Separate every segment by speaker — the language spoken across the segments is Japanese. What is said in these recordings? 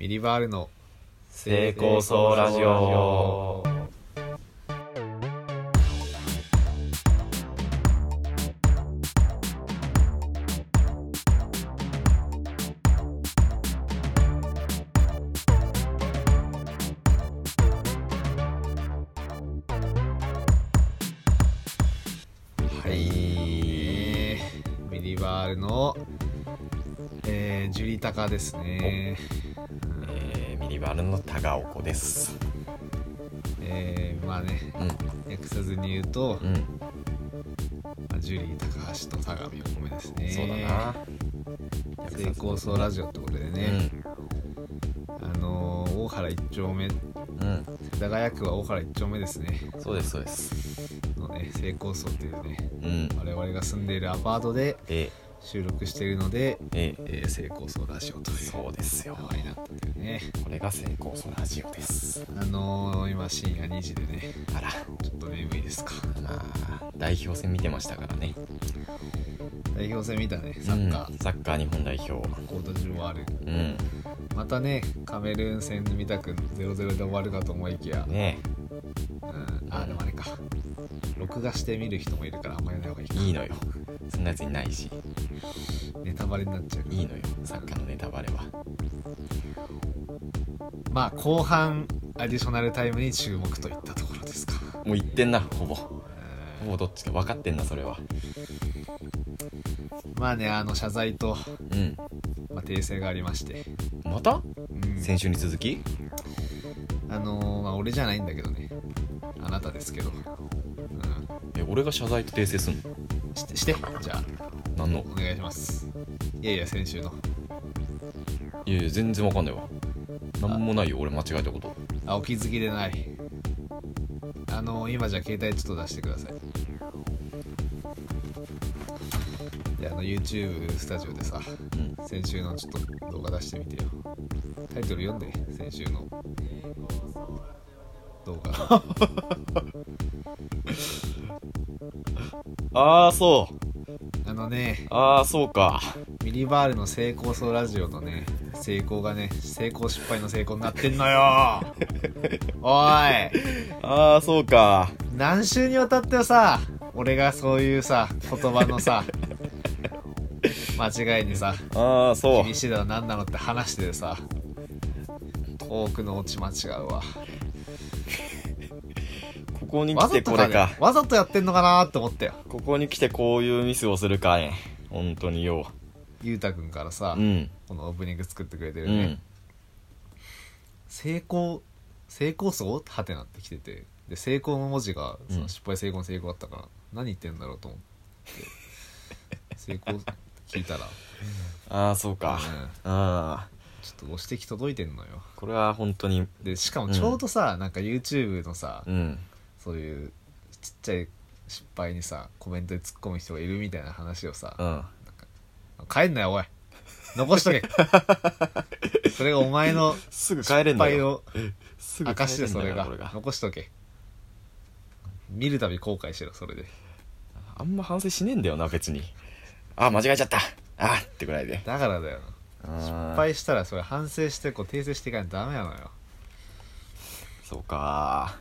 Speaker 1: ミリバールの
Speaker 2: 成功そうラジオ。
Speaker 1: はいえーミリバールの、えー、ジュリタカですね、
Speaker 2: えー、ミリバルの高岡です。
Speaker 1: えーまあね
Speaker 2: うん、
Speaker 1: 訳さずに言うと、
Speaker 2: うん、
Speaker 1: まあジュリー高橋と相模お米ですね
Speaker 2: そうだな。
Speaker 1: 成功そうラジオってことでね、あのー大原一丁目
Speaker 2: うん、うん、
Speaker 1: 世田谷区は大原一丁目ですね
Speaker 2: そうです、そうです。
Speaker 1: のね成功層っていうね
Speaker 2: うん、
Speaker 1: 我々が住んでいるアパートで
Speaker 2: え、
Speaker 1: 収録しているので、
Speaker 2: え、
Speaker 1: えー、成功層ラジオという
Speaker 2: そうですよ
Speaker 1: 名。前になったというね
Speaker 2: これが成功そうラジオです。
Speaker 1: あのー、今深夜2時でね
Speaker 2: あら、
Speaker 1: ちょっと眠いですか
Speaker 2: まあ、代表戦見てましたからね。
Speaker 1: 代表戦見たねサッカー、
Speaker 2: うんサッカー日本代表。
Speaker 1: コートジボワール
Speaker 2: うん、
Speaker 1: またねカメルーン戦見たく0-0で終わるかと思いきや、
Speaker 2: ね
Speaker 1: うん、あでもあれか録画して見る人もいるからあんまりない方がいいか
Speaker 2: いいのよ。そんなやついないし、
Speaker 1: ネタバレになっちゃうから
Speaker 2: いいのよ、サッカーのネタバレは。
Speaker 1: まあ後半アディショナルタイムに注目といったところですか
Speaker 2: もう言ってんな、ほぼ。
Speaker 1: う
Speaker 2: ほ
Speaker 1: ん
Speaker 2: ぼどっちか分かってんな、それは。
Speaker 1: まあねあの謝罪と、
Speaker 2: うん。
Speaker 1: まあ、訂正がありまして、
Speaker 2: また
Speaker 1: うん
Speaker 2: 先週に続き
Speaker 1: あのーまあ俺じゃないんだけどねあなたですけど、う
Speaker 2: え、俺が謝罪と訂正すんの
Speaker 1: ん、してしてじゃあ
Speaker 2: なんの
Speaker 1: お願いしますいやいや先週の
Speaker 2: いやいや全然わかんないわなんもないよ俺間違えたこと
Speaker 1: あお気づきでないあの今じゃあ携帯ちょっと出してくださいであの YouTube スタジオでさ
Speaker 2: うん
Speaker 1: 先週のちょっと動画出してみてよタイトル読んで先週の動画
Speaker 2: ああそう
Speaker 1: あのね
Speaker 2: ああそうか
Speaker 1: ミリバールの成功そうラジオのね成功がね成功失敗の成功になってんのよおい
Speaker 2: ああそうか
Speaker 1: 何週にわたってさ俺がそういうさ言葉のさ 間違いにさ
Speaker 2: ああそう
Speaker 1: 厳しいだろ何なのって話してさ遠くの落ち間違うわ
Speaker 2: ここに
Speaker 1: わ
Speaker 2: 来
Speaker 1: ざ
Speaker 2: て
Speaker 1: と
Speaker 2: こ
Speaker 1: だ
Speaker 2: れ
Speaker 1: ね
Speaker 2: か
Speaker 1: わざとやってんのかなって思ったよ
Speaker 2: ここに来てこういうミスをするかね本当によ
Speaker 1: ゆうたくんからさ、
Speaker 2: うん
Speaker 1: このオープニング作ってくれて
Speaker 2: う
Speaker 1: るね、
Speaker 2: ん
Speaker 1: 成功成功層はてなってきててで成功の文字がその
Speaker 2: うん
Speaker 1: 失敗成功の成功だったから、何言ってんだろうと思って成功聞いたら、
Speaker 2: あ あそうか
Speaker 1: うん
Speaker 2: ああ
Speaker 1: ちょっとご指摘届いてんのよ
Speaker 2: これは本当に
Speaker 1: でしかもちょうどさ、なんか YouTube のさ、
Speaker 2: うん
Speaker 1: そういうちっちゃい失敗にさコメントで突っ込む人がいるみたいな話をさ
Speaker 2: う、ん
Speaker 1: 帰んなよおい残し とけそれがお前の
Speaker 2: すぐ
Speaker 1: 失
Speaker 2: 帰れんだ
Speaker 1: 敗
Speaker 2: よ
Speaker 1: を
Speaker 2: すぐ帰
Speaker 1: 証
Speaker 2: れ
Speaker 1: で
Speaker 2: ん
Speaker 1: そ
Speaker 2: だ
Speaker 1: れ
Speaker 2: よ
Speaker 1: が
Speaker 2: これが
Speaker 1: 残しとけ見るたび後悔しろそれで
Speaker 2: あんま反省しねえんだよな別にああ間違えちゃったああってぐらいで
Speaker 1: だからだよ
Speaker 2: 失
Speaker 1: 失敗したらそれ反省してこう訂正していかないとダメなのよ
Speaker 2: そうか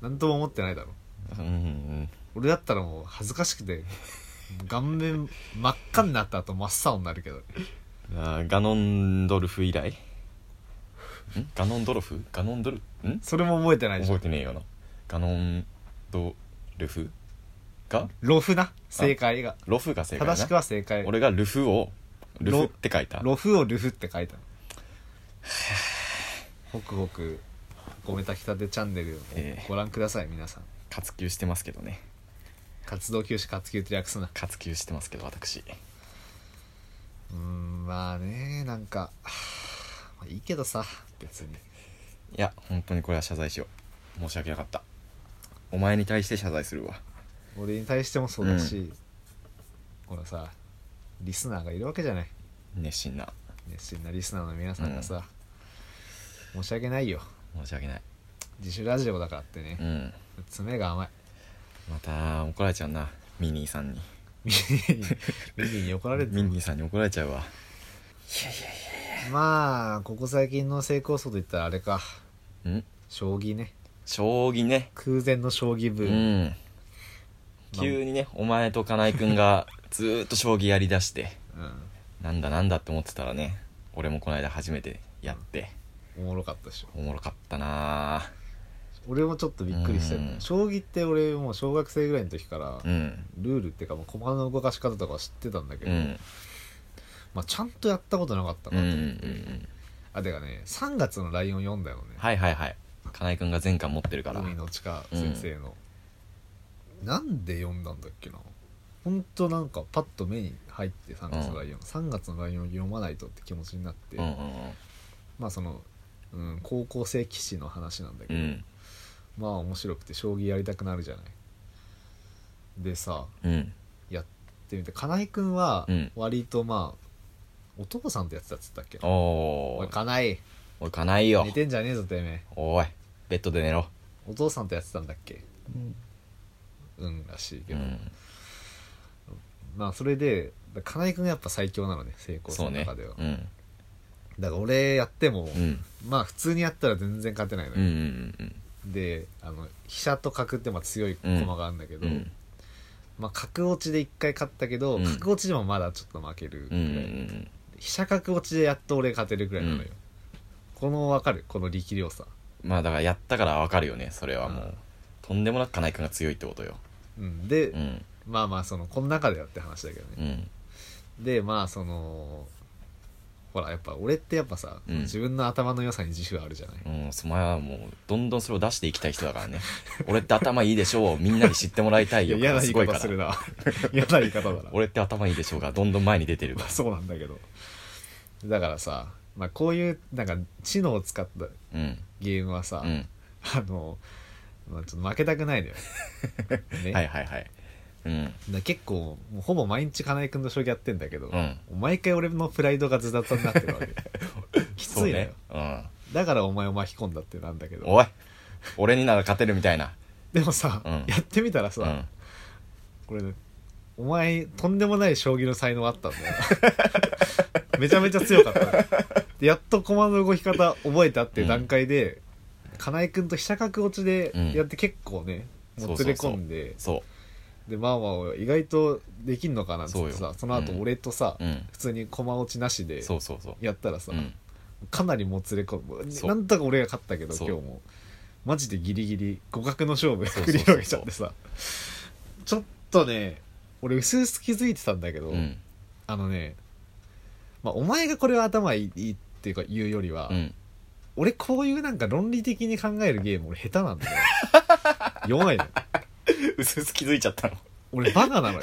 Speaker 1: 何とも思ってないだろ
Speaker 2: うんうん
Speaker 1: 俺だったらもう恥ずかしくて顔面真っ赤になった後真っ青になるけど
Speaker 2: あーガノンドルフ以来んガノンドルフガノンドルん
Speaker 1: それも覚えてないじゃ
Speaker 2: 覚え
Speaker 1: ん
Speaker 2: てねえよなガノンドルフが
Speaker 1: ロフな正解が
Speaker 2: ロフが正解な
Speaker 1: 正しくは正解
Speaker 2: 俺がルフをルフって書いた
Speaker 1: ロフをルフって書いたのホクホクごめたきたてチャンネルを
Speaker 2: ええ
Speaker 1: ご覧ください皆さん
Speaker 2: 活休してますけどね
Speaker 1: 活動休止活休って略すな
Speaker 2: 活休してますけど私
Speaker 1: うーんまあねなんか はあまあいいけどさ別に
Speaker 2: いや本当にこれは謝罪しよう申し訳なかったお前に対して謝罪するわ
Speaker 1: 俺に対してもそうだし、ほらさリスナーがいるわけじゃない
Speaker 2: 熱心な
Speaker 1: 熱心なリスナーの皆さんがさ、申し訳ないよ
Speaker 2: 申し訳ない
Speaker 1: 自主ラジオだからってね
Speaker 2: う、ん
Speaker 1: 爪が甘い
Speaker 2: また怒られちゃうなミニーさんに
Speaker 1: 耳に耳に怒られて
Speaker 2: ミニーさんに怒られちゃうわいやいやいやい
Speaker 1: まあここ最近の成功層といったらあれか
Speaker 2: うん
Speaker 1: 将棋ね
Speaker 2: 将棋ね
Speaker 1: 空前の将棋
Speaker 2: う
Speaker 1: 部、
Speaker 2: ん急にねお前と金井君が ずーっと将棋やりだして
Speaker 1: うん
Speaker 2: なんだなんだって思ってたらね俺もこの間初めてやって
Speaker 1: おもろかったでしょ
Speaker 2: おもろかったな
Speaker 1: 俺もちょっとびっくりしたよ、
Speaker 2: うん
Speaker 1: 将棋って俺もう小学生ぐらいの時から
Speaker 2: ーうん
Speaker 1: ルールっていうかもう駒の動かし方とかは知ってたんだけ
Speaker 2: う
Speaker 1: ど、
Speaker 2: ん
Speaker 1: まあ、ちゃんとやったことなかった
Speaker 2: うんう
Speaker 1: な、
Speaker 2: んうん
Speaker 1: あてかね3月のライオン読んだよね、
Speaker 2: はいはいはい金井君が前回持ってるから
Speaker 1: 海の地下先生の、なんで読んだんだっけなほんとなんかパッと目に入って3月のライオン、3月のライオン読まないとって気持ちになって、
Speaker 2: うんうん
Speaker 1: まあその、うん、高校生棋士の話なんだけ
Speaker 2: う
Speaker 1: ど、
Speaker 2: ん
Speaker 1: まあ面白くて将棋やりたくなるじゃないでさ
Speaker 2: うんうん
Speaker 1: やってみて金井君は
Speaker 2: うん
Speaker 1: 割とまあ、お父さんとやってたっつったっけ
Speaker 2: お
Speaker 1: おい
Speaker 2: ー
Speaker 1: 金井
Speaker 2: おい金井よ
Speaker 1: 寝てんじゃねえぞてめえ
Speaker 2: おいベッドで寝ろ
Speaker 1: お父さんとやってたんだっけうんらしいけ
Speaker 2: う
Speaker 1: ど、
Speaker 2: ん
Speaker 1: まあそれでだから金井君がやっぱ最強なのね成功
Speaker 2: そ
Speaker 1: 者
Speaker 2: う
Speaker 1: の
Speaker 2: ね
Speaker 1: 中では、
Speaker 2: うん
Speaker 1: だから俺やっても、
Speaker 2: うん
Speaker 1: まあ普通にやったら全然勝てないの
Speaker 2: うんう
Speaker 1: よ、
Speaker 2: ん
Speaker 1: であの飛車と角ってまあ強い駒があるんだけ
Speaker 2: うんう
Speaker 1: ど、
Speaker 2: ん
Speaker 1: まあ角落ちで一回勝ったけど、
Speaker 2: うん
Speaker 1: 角落ちでもまだちょっと負けるぐら
Speaker 2: う
Speaker 1: い、
Speaker 2: ん
Speaker 1: 飛車角落ちでやっと俺勝てるぐらいなのよ、
Speaker 2: うん
Speaker 1: この分かるこの力量さ
Speaker 2: まあだからやったからわかるよねそれはも
Speaker 1: う
Speaker 2: うんとんでもなく金井君が強いってことよ
Speaker 1: うんで、
Speaker 2: うん
Speaker 1: まあまあそのこの中ではって話だけどね、
Speaker 2: うん
Speaker 1: でまあそのほらやっぱ俺ってやっぱさ、
Speaker 2: うん
Speaker 1: 自分の頭の良さに自負あるじゃない、
Speaker 2: うん、その前はもうどんどんそれを出していきたい人だから ね俺って頭いいでしょうみんなに知ってもらいたい
Speaker 1: いや
Speaker 2: よ
Speaker 1: 嫌な言
Speaker 2: す
Speaker 1: い
Speaker 2: ごい
Speaker 1: 方
Speaker 2: か
Speaker 1: する
Speaker 2: ら
Speaker 1: な嫌な 言い方だな
Speaker 2: 俺って頭いいでしょうがどんどん前に出てるか
Speaker 1: まあ
Speaker 2: ら
Speaker 1: そうなんだけどだからさ、まあ、こういうなんか知能を使った
Speaker 2: うん
Speaker 1: ゲームはさ、
Speaker 2: うん
Speaker 1: あの、まあ、ちょっと負けたくない のよ、ね
Speaker 2: はいはいはいうん
Speaker 1: だ結構もうほぼ毎日金井君と将棋やってんだけど、
Speaker 2: うん
Speaker 1: 毎回俺のプライドがズタズタになってるわ けきつい
Speaker 2: そう
Speaker 1: のよ、
Speaker 2: ねうん
Speaker 1: だからお前を巻き込んだってなんだけど
Speaker 2: おい俺になら勝てるみたいな
Speaker 1: でもさ、
Speaker 2: うん
Speaker 1: やってみたらさ、
Speaker 2: うん
Speaker 1: これねお前とんでもない将棋の才能あったんだよ めちゃめちゃ強かったでやっと駒の動き方覚えたっていう段階で、金井君と飛車角落ちでやって結構ね、
Speaker 2: うん
Speaker 1: もつれ込んで
Speaker 2: そ
Speaker 1: でまあまあ意外とできんのかなっつって
Speaker 2: そう
Speaker 1: さ
Speaker 2: よ
Speaker 1: その後俺とさ、
Speaker 2: ううん
Speaker 1: 普通に駒落ちなしで
Speaker 2: そうそうそう
Speaker 1: やったらさ、
Speaker 2: うん
Speaker 1: かなりもつれ込む
Speaker 2: そう
Speaker 1: なんとか俺が勝ったけど
Speaker 2: そ
Speaker 1: 今
Speaker 2: う
Speaker 1: 日もマジでギリギリ互角の勝負
Speaker 2: そうそうそう
Speaker 1: 繰り広げちゃってさちょっとね俺うすうす気づいてたんだけど、
Speaker 2: うん
Speaker 1: あのね、まあ、お前がこれは頭いいいいっていうか言うよりは、
Speaker 2: うん
Speaker 1: 俺こういうなんか論理的に考えるゲーム俺下手なんだよ 弱いのよ
Speaker 2: うすうす気づいちゃったの
Speaker 1: 俺バカなのよ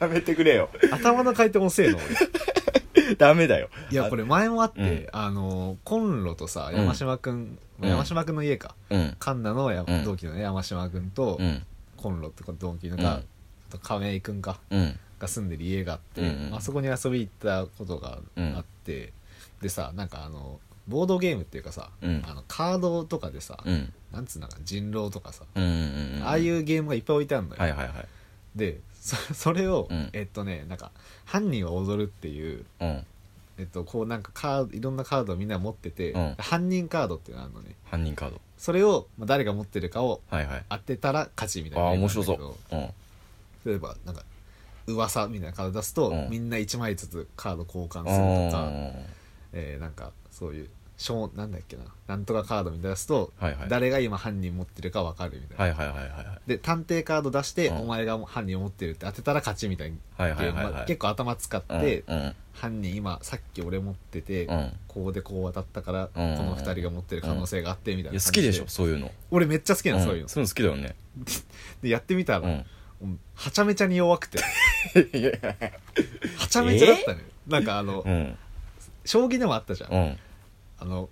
Speaker 2: やめてくれよ
Speaker 1: 頭の回転遅えの俺
Speaker 2: ダメだよ
Speaker 1: いやこれ前もあって、
Speaker 2: うん
Speaker 1: あのコンロとさ
Speaker 2: うん
Speaker 1: 山島くん、
Speaker 2: うん
Speaker 1: 山島くんの家か
Speaker 2: うん
Speaker 1: カンナのや
Speaker 2: うん
Speaker 1: 同期のね山島君と
Speaker 2: うん
Speaker 1: コンロって同期の
Speaker 2: う
Speaker 1: が
Speaker 2: ん、
Speaker 1: あと亀井君か
Speaker 2: うん
Speaker 1: が住んでる家があって、
Speaker 2: うんうん
Speaker 1: あそこに遊び行ったことがあって、でさなんかあのボードゲームっていうかさ、
Speaker 2: うん
Speaker 1: あのカードとかでさ、
Speaker 2: うん
Speaker 1: なんつうのかな人狼とかさ、
Speaker 2: うんうん
Speaker 1: ああいうゲームがいっぱい置いてあるのよ、
Speaker 2: はいはいはい
Speaker 1: でそそれを、
Speaker 2: うん
Speaker 1: えっとねなんか「犯人は踊る」っていう
Speaker 2: うん
Speaker 1: えっとこうなんかカードいろんなカードをみんな持ってて、
Speaker 2: うん
Speaker 1: 犯人カードっていうのがあるのね
Speaker 2: 犯人カード
Speaker 1: それを、まあ、誰が持ってるかを
Speaker 2: はいはい
Speaker 1: 当てたら勝ちみた
Speaker 2: あ
Speaker 1: い
Speaker 2: あ
Speaker 1: な
Speaker 2: ー
Speaker 1: ゲーム
Speaker 2: 面
Speaker 1: なんだ
Speaker 2: 白
Speaker 1: けど
Speaker 2: そううん
Speaker 1: 例えばなんか噂みたいなカード出すと、
Speaker 2: うん
Speaker 1: みんな1枚ずつカード交換するとか、
Speaker 2: あ
Speaker 1: えーなんかそういうショーなんだっけななんとかカードみたいなの出すと、
Speaker 2: ーはいはい
Speaker 1: 誰が今犯人持ってるか分かるみたいな、
Speaker 2: はいはいはいはいはい
Speaker 1: で探偵カード出して、
Speaker 2: うん
Speaker 1: お前が犯人を持ってるって当てたら勝ちみたいな
Speaker 2: はい
Speaker 1: ゲ
Speaker 2: は
Speaker 1: ー
Speaker 2: い
Speaker 1: ム
Speaker 2: はい
Speaker 1: ま
Speaker 2: は
Speaker 1: あ
Speaker 2: い
Speaker 1: 結構頭使って、
Speaker 2: うんうん
Speaker 1: 犯人今さっき俺持ってて、
Speaker 2: うん
Speaker 1: こうでこう当たったから、
Speaker 2: うん
Speaker 1: この2人が持ってる可能性があってみたい
Speaker 2: い
Speaker 1: な
Speaker 2: や
Speaker 1: 感
Speaker 2: 好
Speaker 1: じ
Speaker 2: きでしょそういうの
Speaker 1: 俺めっちゃ好きなの、
Speaker 2: ん
Speaker 1: そういうの
Speaker 2: そういうの好きだよね
Speaker 1: でやってみたら、
Speaker 2: うん
Speaker 1: うんはちゃめちゃに弱くてはちゃめちゃだったのよ、なんかあの、
Speaker 2: うん
Speaker 1: 将棋でもあったじゃん、
Speaker 2: うん
Speaker 1: あの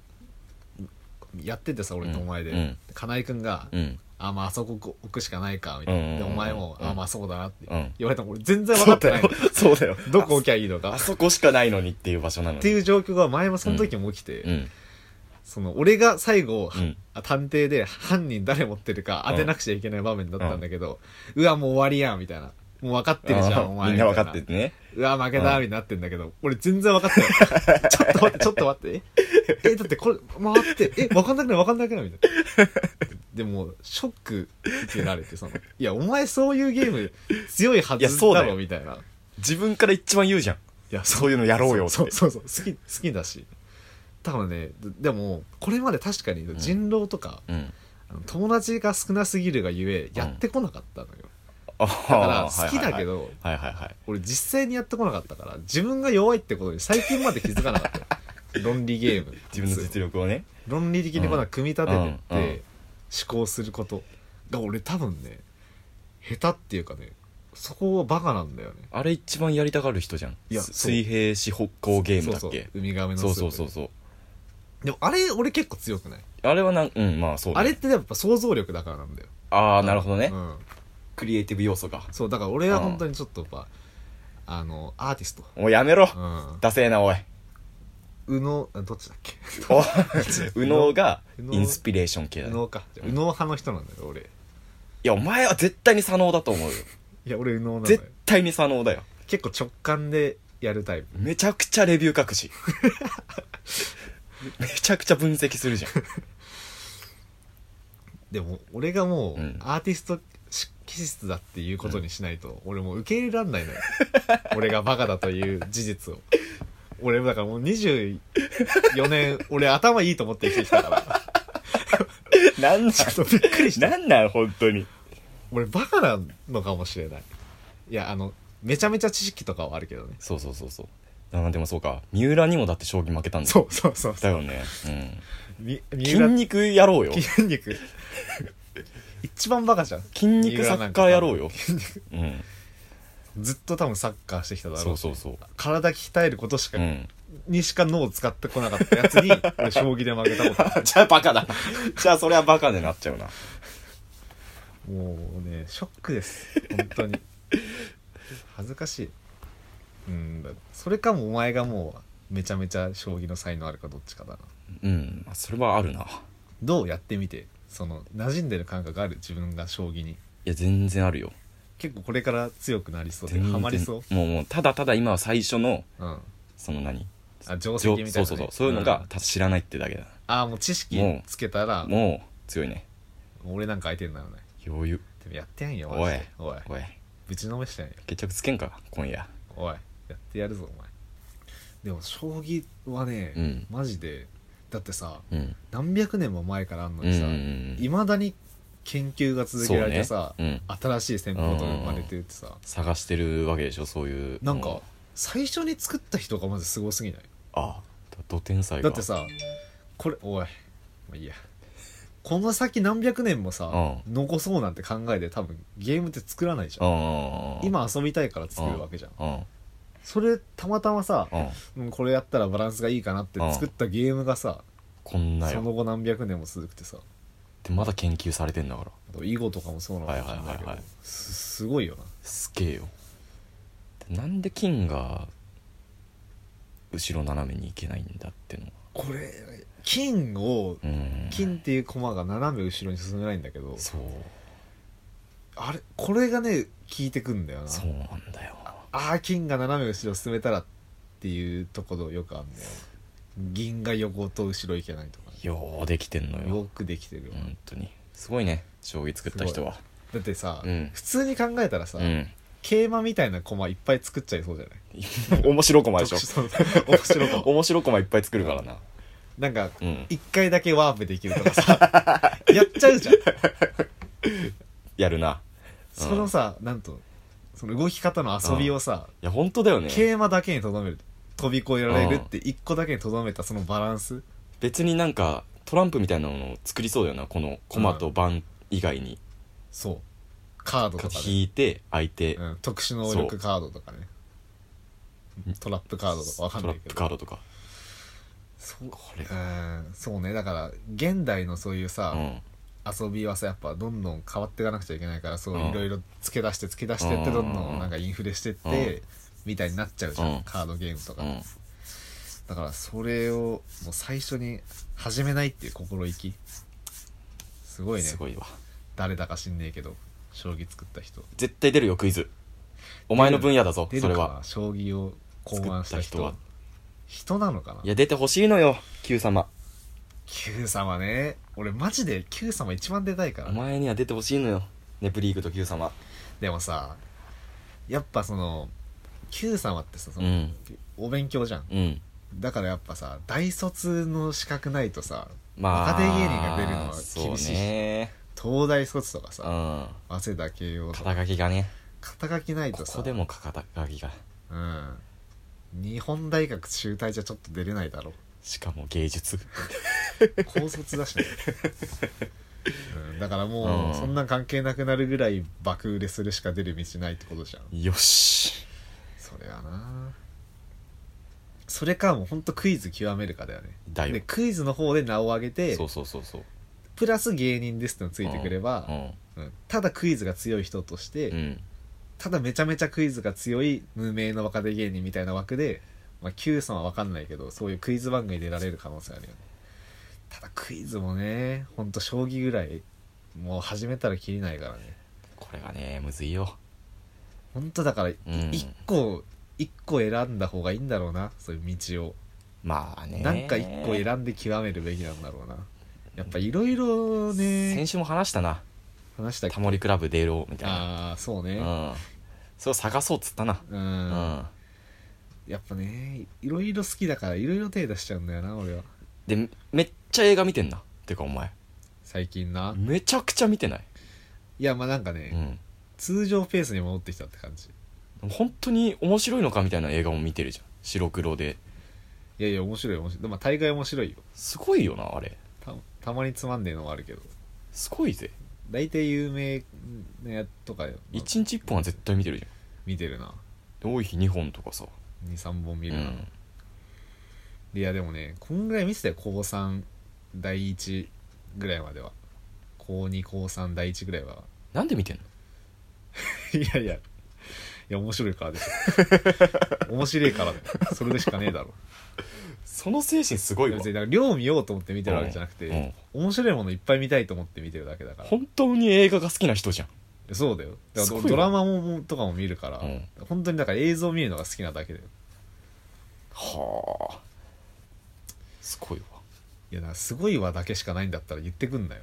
Speaker 1: やっててさ俺とお前で、
Speaker 2: うん
Speaker 1: 金井君が「
Speaker 2: うん
Speaker 1: あまああそこ置くしかないか」みたいな、
Speaker 2: うんうんうん
Speaker 1: でお前も「
Speaker 2: うん
Speaker 1: あまあそうだな」って
Speaker 2: うん
Speaker 1: 言われたの俺全然分かってないの
Speaker 2: そうだよ
Speaker 1: どこ置きゃいいのか
Speaker 2: あ
Speaker 1: っ
Speaker 2: そこしかないのにっていう場所なのに
Speaker 1: ていう状況が前もその時も起きて、
Speaker 2: うん
Speaker 1: その俺が最後、
Speaker 2: うん
Speaker 1: あ探偵で犯人誰持ってるか当てなくちゃいけない場面だったんだけど、うわもう終わりやんみたいなもう分かってるじゃん、お前。
Speaker 2: みんな分かって
Speaker 1: みた
Speaker 2: てね
Speaker 1: いな。うわ、負け
Speaker 2: う
Speaker 1: た、み
Speaker 2: ん
Speaker 1: たいになってんだけど、俺全然分かって ない。ちょっと待って、ちょっと待って。え、えだってこれ、回って、え、分かんなくない、分かんなくない、みたいな。でも、ショック受けられて、その、いや、お前そういうゲーム強いはい
Speaker 2: や
Speaker 1: ず
Speaker 2: そう
Speaker 1: だ
Speaker 2: だよ
Speaker 1: ろ、みたいな。い
Speaker 2: 自分から一番言うじゃん
Speaker 1: や、
Speaker 2: そういうのやろうよって
Speaker 1: そうそうそうそう好き好きだし多分ねででもこれまで確かに人狼とか、
Speaker 2: うん
Speaker 1: あの友達が少なすぎるがゆえやってこなかったのよ、
Speaker 2: だ
Speaker 1: だから好きだけど、
Speaker 2: はいはいはい
Speaker 1: 俺実際にやってこなかったから自分が弱いってことに最近まで気づかなかった よ論理ゲーム
Speaker 2: 自分の実力をね
Speaker 1: 論理的にこんな組み立ててっ
Speaker 2: うんうん
Speaker 1: て思考することが俺多分ね下手っていうかねそこはバカなんだよね
Speaker 2: あれ一番やりたがる人じゃん
Speaker 1: いや
Speaker 2: す
Speaker 1: そう
Speaker 2: 水平四方向ゲームだ
Speaker 1: そうそ
Speaker 2: っ
Speaker 1: う
Speaker 2: け
Speaker 1: ウミガメの
Speaker 2: そうそうそう
Speaker 1: う
Speaker 2: そう
Speaker 1: でもあれ俺結構強くない
Speaker 2: あれはなんうんまあそうだ
Speaker 1: あ
Speaker 2: ね
Speaker 1: れってやっぱ想像力だからなんだよ、
Speaker 2: ああなるほどね
Speaker 1: うん、
Speaker 2: クリエイティブ要素が
Speaker 1: そうだから俺は本当にちょっとやっぱあのアーティスト
Speaker 2: もうやめろ
Speaker 1: うん
Speaker 2: ダセーな おい
Speaker 1: 右脳あどっちだっけ
Speaker 2: お右脳が
Speaker 1: 右脳
Speaker 2: インスピレーション系だ
Speaker 1: 右
Speaker 2: ね
Speaker 1: 脳かじゃあ右脳派の人なんだよ俺
Speaker 2: いやお前は絶対に左脳だと思うよ
Speaker 1: いや俺右脳なのよ
Speaker 2: 絶対に左脳だよ
Speaker 1: 結構直感でやるタイプ
Speaker 2: めちゃくちゃレビュー書く しめちゃくちゃ分析するじゃん
Speaker 1: でも俺がもう
Speaker 2: うん
Speaker 1: アーティストし気質だっていうことにしないと、俺もう受け入れらん ないのよ俺がバカだという事実を俺だからもう24年俺頭いいと思って生きてきたから
Speaker 2: なんなん
Speaker 1: ちょっとびっくりした
Speaker 2: なんなん本当に
Speaker 1: 俺バカなのかもしれないいやあのめちゃめちゃ知識とかはあるけどね
Speaker 2: そうそうそうそうあでもそうか三浦にもだって将棋負けたんだよ
Speaker 1: そうそうそう
Speaker 2: だ
Speaker 1: そう
Speaker 2: よね、
Speaker 1: み
Speaker 2: うん、
Speaker 1: 三
Speaker 2: 筋
Speaker 1: 浦
Speaker 2: 肉やろうよ
Speaker 1: 筋肉 一番バカじゃん
Speaker 2: 筋肉サッカーやろうよ、うん、
Speaker 1: ずっと多分サッカーしてきただろう
Speaker 2: そうそうそう
Speaker 1: 体鍛えることしか、
Speaker 2: うん
Speaker 1: にしか脳を使ってこなかったやつに俺将棋で負けたこ
Speaker 2: じゃあバカだ じゃあそれはバカでなっちゃうな
Speaker 1: ともうねショックです本当に恥ずかしいうんだそれかもお前がもうめちゃめちゃ将棋の才能あるかどっちかだな
Speaker 2: うんまあそれはあるない
Speaker 1: どうやってみてその馴染んでる感覚ある自分が将棋に
Speaker 2: や全然あるよ
Speaker 1: 結構これから強くなりそうで
Speaker 2: 全然
Speaker 1: ハマりそう
Speaker 2: もうもうただただ今は最初の
Speaker 1: うん
Speaker 2: その何
Speaker 1: あ定石
Speaker 2: そ
Speaker 1: み
Speaker 2: う
Speaker 1: たいな、ね、
Speaker 2: そうそうそういうの
Speaker 1: ん
Speaker 2: がただ知らないってだけだ
Speaker 1: ああもう知識つけたら
Speaker 2: もう強いね
Speaker 1: 俺なんか相手にならない
Speaker 2: 余裕
Speaker 1: でもやってやんよ
Speaker 2: おい
Speaker 1: マジでおい
Speaker 2: おい
Speaker 1: ぶちのめしてやんよ
Speaker 2: 決着つけんか今夜
Speaker 1: おいやってやるぞお前でも将棋はね、
Speaker 2: うん
Speaker 1: マジでだってさ
Speaker 2: うん
Speaker 1: 何百年も前からあんの
Speaker 2: うん
Speaker 1: にさ
Speaker 2: うん
Speaker 1: いま、未だに研究が続けられてさ、
Speaker 2: そうね
Speaker 1: 新しい戦法とか生まれてってさ、
Speaker 2: 探してるわけでしょそういう
Speaker 1: なん
Speaker 2: う
Speaker 1: か最初に作った人がまずすごすぎない
Speaker 2: ああど天才
Speaker 1: だ
Speaker 2: が
Speaker 1: ってさこれおいまあいいやこの先何百年もさ、残そうなんて考えで多分ゲームって作らないじゃ、
Speaker 2: うんんうん
Speaker 1: 今遊びたいから作るわけじゃん、
Speaker 2: うん
Speaker 1: それたまたまさ、
Speaker 2: うん
Speaker 1: うんこれやったらバランスがいいかなって
Speaker 2: うん
Speaker 1: 作ったゲームがさ、
Speaker 2: こんな
Speaker 1: その
Speaker 2: よ
Speaker 1: 後何百年も続くてさ
Speaker 2: でまだ研究されてんだから
Speaker 1: あと囲碁とかもそうなのかもしれない
Speaker 2: は
Speaker 1: け
Speaker 2: いはいはいは
Speaker 1: ど
Speaker 2: い
Speaker 1: すすごいよな
Speaker 2: すげえよでなんで金が後ろ斜めに行けないんだってのは
Speaker 1: これ金を
Speaker 2: うん
Speaker 1: 金っていう駒が斜め後ろに進めないんだけど
Speaker 2: そう
Speaker 1: あれこれがね効いてくんだよな
Speaker 2: そうなんだよ
Speaker 1: ああ金が斜め後ろ進めたらっていうところよくあんだよ銀が横と後ろいけないとか
Speaker 2: ようできてんのよ
Speaker 1: よくできてるよ
Speaker 2: 本当にすごいね将棋作った人は
Speaker 1: だってさ、
Speaker 2: うん
Speaker 1: 普通に考えたらさ、
Speaker 2: うん
Speaker 1: 桂馬みたいな駒いっぱい作っちゃいそうじゃない
Speaker 2: 面白い駒でしょ
Speaker 1: 特殊面白い駒
Speaker 2: 面白い駒いっぱい作るからな
Speaker 1: なんか、
Speaker 2: うん
Speaker 1: 一回だけワープできるとか さ、 やっちゃうじゃん。
Speaker 2: やるな
Speaker 1: そのさ、なんと、その動き方の遊びをさ、
Speaker 2: いや本当だよね
Speaker 1: 桂馬だけにとどめる。飛び越えられるって一個だけにとどめたそのバランス。
Speaker 2: 別になんかトランプみたいなのを作りそうだよなこの駒と盤以外に
Speaker 1: そう。カードとかね。
Speaker 2: 引いて相手
Speaker 1: うん、特殊能力カードとかね。トラップカードとかわかん
Speaker 2: ト
Speaker 1: な
Speaker 2: ラ
Speaker 1: い
Speaker 2: ッ
Speaker 1: け
Speaker 2: プ
Speaker 1: ど。
Speaker 2: カードとか
Speaker 1: そう
Speaker 2: これ
Speaker 1: うんそうね。だから、現代のそういうさ、
Speaker 2: うん
Speaker 1: 遊びはさやっぱどんどん変わっていかなくちゃいけないからそう
Speaker 2: うん
Speaker 1: いろいろ付け出して付け出してって
Speaker 2: うん
Speaker 1: どんどんなんかインフレしてってみたいになっちゃうじゃん、
Speaker 2: うん
Speaker 1: カードゲームとか、
Speaker 2: うん
Speaker 1: だからそれをもう最初に始めないっていう心意気すごいね
Speaker 2: すごいわ
Speaker 1: 誰だか知んねえけど将棋作った人
Speaker 2: 絶対出るよクイズお前の分野だぞ
Speaker 1: 出
Speaker 2: そ
Speaker 1: る
Speaker 2: れ
Speaker 1: か
Speaker 2: は
Speaker 1: な将棋を考
Speaker 2: 作
Speaker 1: 案
Speaker 2: っ
Speaker 1: したた
Speaker 2: 人
Speaker 1: 人
Speaker 2: は
Speaker 1: 人なのかない
Speaker 2: や出てほしいのよ Q 様
Speaker 1: Q 様ね俺マジで Q 様一番出たいか
Speaker 2: お
Speaker 1: ら
Speaker 2: 前には出てほしいのよネプリーグと Q 様
Speaker 1: でもさやっぱその Q 様ってさそうの、
Speaker 2: ん
Speaker 1: お勉強じゃん
Speaker 2: うん
Speaker 1: だからやっぱさ大卒の資格ないとさ
Speaker 2: まあ
Speaker 1: 若手芸人が出るのは厳しい
Speaker 2: そうね
Speaker 1: 東大卒とか
Speaker 2: う
Speaker 1: さ
Speaker 2: ん
Speaker 1: 早稲田慶応とか
Speaker 2: 肩書きがね
Speaker 1: 肩書きない
Speaker 2: こと
Speaker 1: さ
Speaker 2: こでも肩書きが
Speaker 1: うん日本大学中退じゃちょっと出れないだろ
Speaker 2: しかも芸術
Speaker 1: 高卒だしね、うん、だからも
Speaker 2: う
Speaker 1: うんそんなん関係なくなるぐらい爆売れするしか出る道ないってことじゃん
Speaker 2: よし
Speaker 1: それはなそれかもうほんとクイズ極めるかだよね
Speaker 2: だよ
Speaker 1: でクイズの方で名を上げて
Speaker 2: そうそうそうそう
Speaker 1: プラス芸人ですってのついてくれば、うんただクイズが強い人として、
Speaker 2: うんうん
Speaker 1: ただめちゃめちゃクイズが強い無名の若手芸人みたいな枠で、まあ、Q さんは分かんないけどそういうクイズ番組に出られる可能性あるよねただクイズもねほんと将棋ぐらいもう始めたらきりないからね
Speaker 2: これがねむずいよ
Speaker 1: ほんとだから、い
Speaker 2: うん
Speaker 1: 一個一個選んだ方がいいんだろうなそういう道を、
Speaker 2: まあね
Speaker 1: なんか一個選んで極めるべきなんだろうなやっぱいろいろね
Speaker 2: 先週も話したな
Speaker 1: 話した
Speaker 2: タモリクラブ出ろみたいな
Speaker 1: ああーそう
Speaker 2: う
Speaker 1: ね
Speaker 2: んそれを探そうっつったな
Speaker 1: う
Speaker 2: うんん
Speaker 1: やっぱねいろいろ好きだからいろいろ手出しちゃうんだよな俺は
Speaker 2: でめっちゃ映画見てんなてかお前
Speaker 1: 最近な
Speaker 2: めちゃくちゃ見てない
Speaker 1: いやまあなんか
Speaker 2: う
Speaker 1: ね、
Speaker 2: ん
Speaker 1: 通常ペースに戻ってきたって感じ
Speaker 2: 本当に面白いのかみたいな映画も見てるじゃん白黒で
Speaker 1: いやいや面白い面白いでも大概面白いよ
Speaker 2: すごいよなあれ
Speaker 1: たたまにつまんねえのもあるけど
Speaker 2: すごいぜ
Speaker 1: 大体有名なやつとかよ
Speaker 2: 1日1本は絶対見てるじ
Speaker 1: 見てるな
Speaker 2: ゃん多い日2本とかさ
Speaker 1: 23本見
Speaker 2: う
Speaker 1: るな、
Speaker 2: ん
Speaker 1: いやでもねこんぐらい見てたよ高3第1ぐらいまでは高2高3第1ぐらいは
Speaker 2: なんで見てんの
Speaker 1: いやいやいや面白いからでしょ 面白いからだよそれでしかねえだろ
Speaker 2: その精神すごいわ
Speaker 1: 別にだから量見ようと思って見てるわけじゃなくて、
Speaker 2: うん
Speaker 1: 面白いものいっぱい見たいと思って見てるだけだから
Speaker 2: 本当に映画が好きな人じゃん
Speaker 1: そうだよだ
Speaker 2: す
Speaker 1: か
Speaker 2: ご
Speaker 1: ら
Speaker 2: い
Speaker 1: ド
Speaker 2: な
Speaker 1: ラマもとかも見るから、
Speaker 2: うん
Speaker 1: 本当にだから映像見るのが好きなだけだよ
Speaker 2: はあすごいわ
Speaker 1: いやだからすごいわだけしかないんだったら言ってくんなよ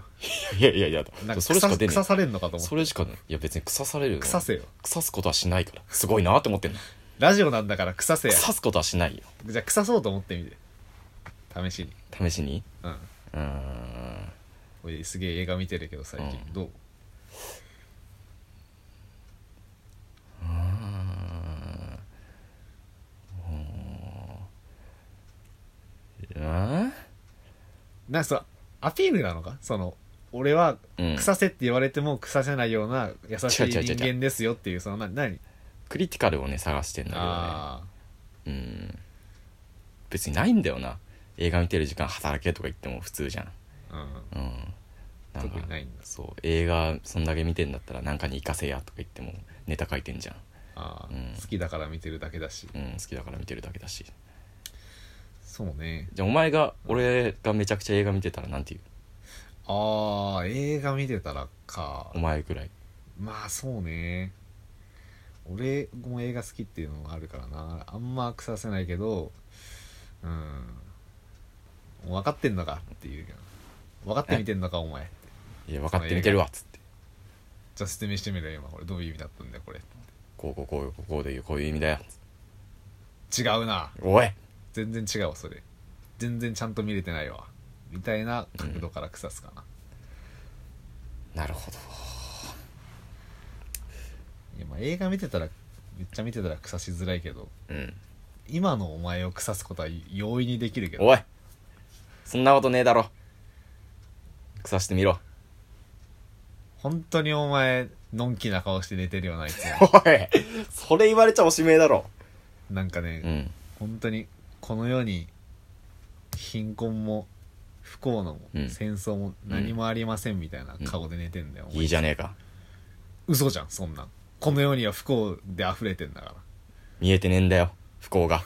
Speaker 2: いやいやいや
Speaker 1: なんか
Speaker 2: それしか
Speaker 1: 腐
Speaker 2: 出ね
Speaker 1: 腐されんのかと思
Speaker 2: え
Speaker 1: っ
Speaker 2: そ
Speaker 1: て
Speaker 2: れしかねいや別に腐されるの
Speaker 1: 腐せよ
Speaker 2: 腐すことはしないからすごいなって思ってんの
Speaker 1: ラジオなんだから腐せや
Speaker 2: 腐すことはしないよ
Speaker 1: じゃあ腐そうと思ってみて試しに
Speaker 2: 試しに
Speaker 1: うん
Speaker 2: うーん
Speaker 1: 俺すげえ映画見てるけど最近、
Speaker 2: うん
Speaker 1: どう
Speaker 2: うーんうーん
Speaker 1: なんかそれアピールなのかその俺は
Speaker 2: うん
Speaker 1: 腐せって言われても腐せないような優しい
Speaker 2: 違う違う違う違
Speaker 1: 人
Speaker 2: う
Speaker 1: 間ですよっていうそのな何
Speaker 2: クリティカルをね探してんだけど
Speaker 1: ああ
Speaker 2: ねうん別にないんだよな映画見てる時間働けとか言っても普通じゃん
Speaker 1: うん
Speaker 2: うんなん
Speaker 1: 特
Speaker 2: か
Speaker 1: にないんだ
Speaker 2: そう映画そんだけ見てんだったらなんかに行かせやとか言ってもネタ書いてんじゃん
Speaker 1: ああ、
Speaker 2: うん
Speaker 1: 好きだから見てるだけだし
Speaker 2: うん好きだから見てるだけだし
Speaker 1: そうね
Speaker 2: じゃあお前が俺がめちゃくちゃ映画見てたらなんて言う
Speaker 1: ああ映画見てたらか
Speaker 2: お前ぐらい
Speaker 1: まあそうね俺も映画好きっていうのがあるからなあんま腐せないけどうん分かってんのかっていうけど分かって見てんのかお前
Speaker 2: いや分かって見てるわっつって
Speaker 1: じゃあ説明してみろよ今これどういう意味だったんだよこれ
Speaker 2: こうこうこうこうこうでいうこういう意味だよ
Speaker 1: 違うな
Speaker 2: おい
Speaker 1: 全然違うわそれ全然ちゃんと見れてないわみたいな角度から腐すかな、
Speaker 2: なるほど
Speaker 1: いやまあ映画見てたらめっちゃ見てたら腐しづらいけど
Speaker 2: うん
Speaker 1: 今のお前を腐すことは容易にできるけど
Speaker 2: おいそんなことねえだろ腐してみろ
Speaker 1: 本当にお前のんきな顔して寝てるよなあいつ
Speaker 2: おいそれ言われちゃおしめえだろ
Speaker 1: なんかね、
Speaker 2: うん
Speaker 1: 本当にこの世に貧困も不幸のも、
Speaker 2: うん
Speaker 1: 戦争も何もありませんみたいな顔で寝てんだよ、お前
Speaker 2: いいじゃねえか
Speaker 1: 嘘じゃんそんなんこの世には不幸で溢れてんだから
Speaker 2: 見えてねえんだよ不幸が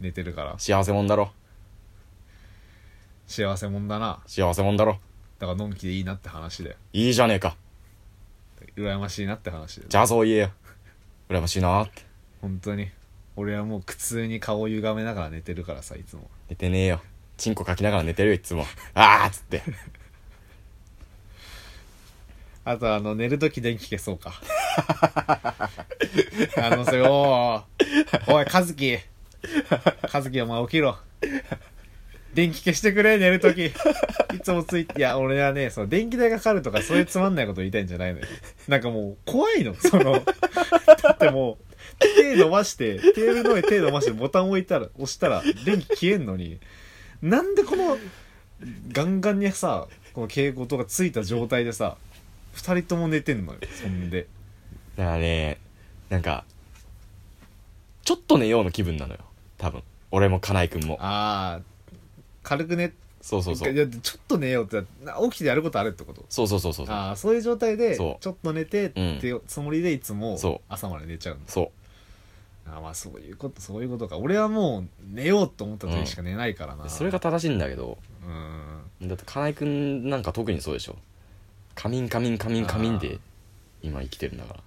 Speaker 1: 寝てるから
Speaker 2: 幸せもんだろ
Speaker 1: 幸せもんだな
Speaker 2: 幸せもんだろ
Speaker 1: だからのんきでいいなって話だよ
Speaker 2: いいじゃねえか
Speaker 1: 羨ましいなって話だよ
Speaker 2: じゃあそう言えよ羨ましいなって
Speaker 1: 本当に俺はもう苦痛に顔を歪めながら寝てるからさいつも
Speaker 2: 寝てねえよチンコかきながら寝てるよいつもあーっつって
Speaker 1: あとあの寝るとき電気消そうか あのそれおーおい和樹和樹お前起きろ電気消してくれ寝るときいつもついいや俺はねその電気代がかかるとかそういうつまんないこと言いたいんじゃないのよなんかもう怖いのそのだってもう手伸ばしてテーブルの上手伸ばしてボタン置いたら押したら電気消えんのになんでこのガンガンにさこの蛍光灯がついた状態でさ二人とも寝てんのよそんで
Speaker 2: だからねなんかちょっと寝ようの気分なのよ多分俺も金井君も
Speaker 1: ああ軽く寝
Speaker 2: そうそうそう
Speaker 1: いやちょっと寝ようってな起きてやることあるってこと
Speaker 2: そうそうそうそうそう
Speaker 1: ああそういう状態でち
Speaker 2: そ
Speaker 1: ょ
Speaker 2: う
Speaker 1: っと寝てっていうつもりでいつも
Speaker 2: そう
Speaker 1: 朝まで寝ちゃうんだ
Speaker 2: そ
Speaker 1: あーまあそういうことそういうことか俺はもう寝ようと思った時しか寝ないからな、
Speaker 2: うそれが正しいんだけど
Speaker 1: うん
Speaker 2: だって金井君なんか特にそうでしょ仮眠仮眠仮眠仮眠
Speaker 1: あ
Speaker 2: で
Speaker 1: ー
Speaker 2: 今生きてるんだから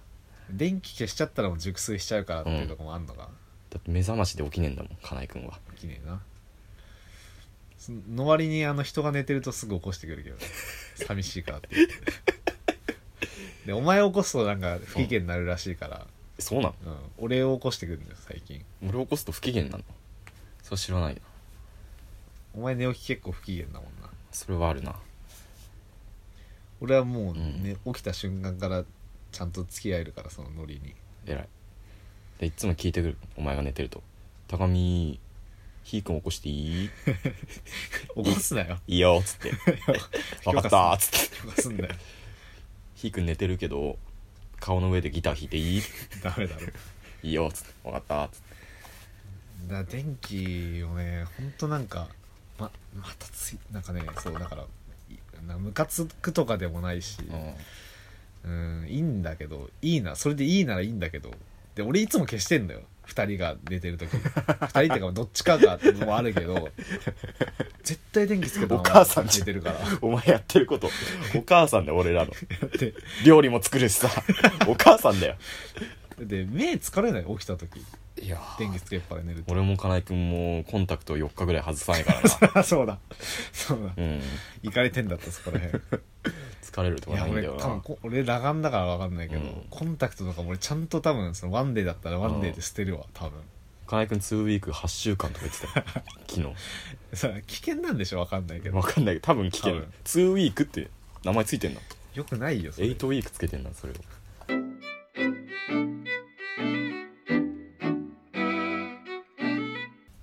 Speaker 1: 電気消しちゃったらもう熟睡しちゃうからっていうとこもあんのか、
Speaker 2: だって目覚ましで起きねえんだもん金井君は
Speaker 1: きねえなその割にあの人が寝てるとすぐ起こしてくるけどね寂しいからって言ってでお前を起こすとなんか不機嫌になるらしいから、
Speaker 2: そうなの
Speaker 1: うん、俺を起こしてくるんだよ最近
Speaker 2: 俺起こすと不機嫌なのそれ知らないな
Speaker 1: お前寝起き結構不機嫌だもんな
Speaker 2: それはあるな
Speaker 1: 俺はもう、
Speaker 2: ん
Speaker 1: ね起きた瞬間からちゃんと付き合えるからそのノリに
Speaker 2: 偉いでいつも聞いてくるお前が寝てると「高見ひーくん起こしてい
Speaker 1: 起
Speaker 2: い?」
Speaker 1: こすなよ
Speaker 2: 「いい よ」っつって「分かった」っつって
Speaker 1: 起こすんだよ
Speaker 2: 「ひーくん寝てるけど顔の上でギター弾いていい?」
Speaker 1: ダメだろ
Speaker 2: 「いいよ」っつって「分かった」っつって
Speaker 1: だから電気をねほんとなんかままたついなんかねそうだからいなムカつくとかでもないし、
Speaker 2: うん
Speaker 1: うんいいんだけどいいなそれでいいならいいんだけどで俺いつも消してんだよ2人が寝てる時2人っていうかどっちかがもあるけど絶対電気つけたまま
Speaker 2: お母さんじゃん
Speaker 1: 寝てるから
Speaker 2: お前やってることお母さんで俺らの
Speaker 1: て
Speaker 2: 料理も作るしさお母さんだよ
Speaker 1: で目疲れない起きた時
Speaker 2: いや
Speaker 1: 電気つけっぱで寝る と
Speaker 2: 俺も金井君もコンタクト4日ぐらい外さないから な
Speaker 1: そうだそうだ
Speaker 2: うん
Speaker 1: いかれてんだったそこら辺
Speaker 2: 疲れると
Speaker 1: いや
Speaker 2: かないん
Speaker 1: 俺
Speaker 2: だよ
Speaker 1: 多分
Speaker 2: な
Speaker 1: こ俺裸眼だから分かんないけど、
Speaker 2: うん
Speaker 1: コンタクトとかも俺ちゃんと多分そのワンデーだったらワンデーで捨てるわ多分
Speaker 2: 金井君2ウィーク8週間とか言ってたよ昨日
Speaker 1: さ危険なんでしょ分かんない けど
Speaker 2: わかんないけど多分聞け
Speaker 1: 多
Speaker 2: る
Speaker 1: 分
Speaker 2: 2ウィークって名前ついてんの
Speaker 1: よくないよそれ
Speaker 2: 8ウィークつけてんなそれを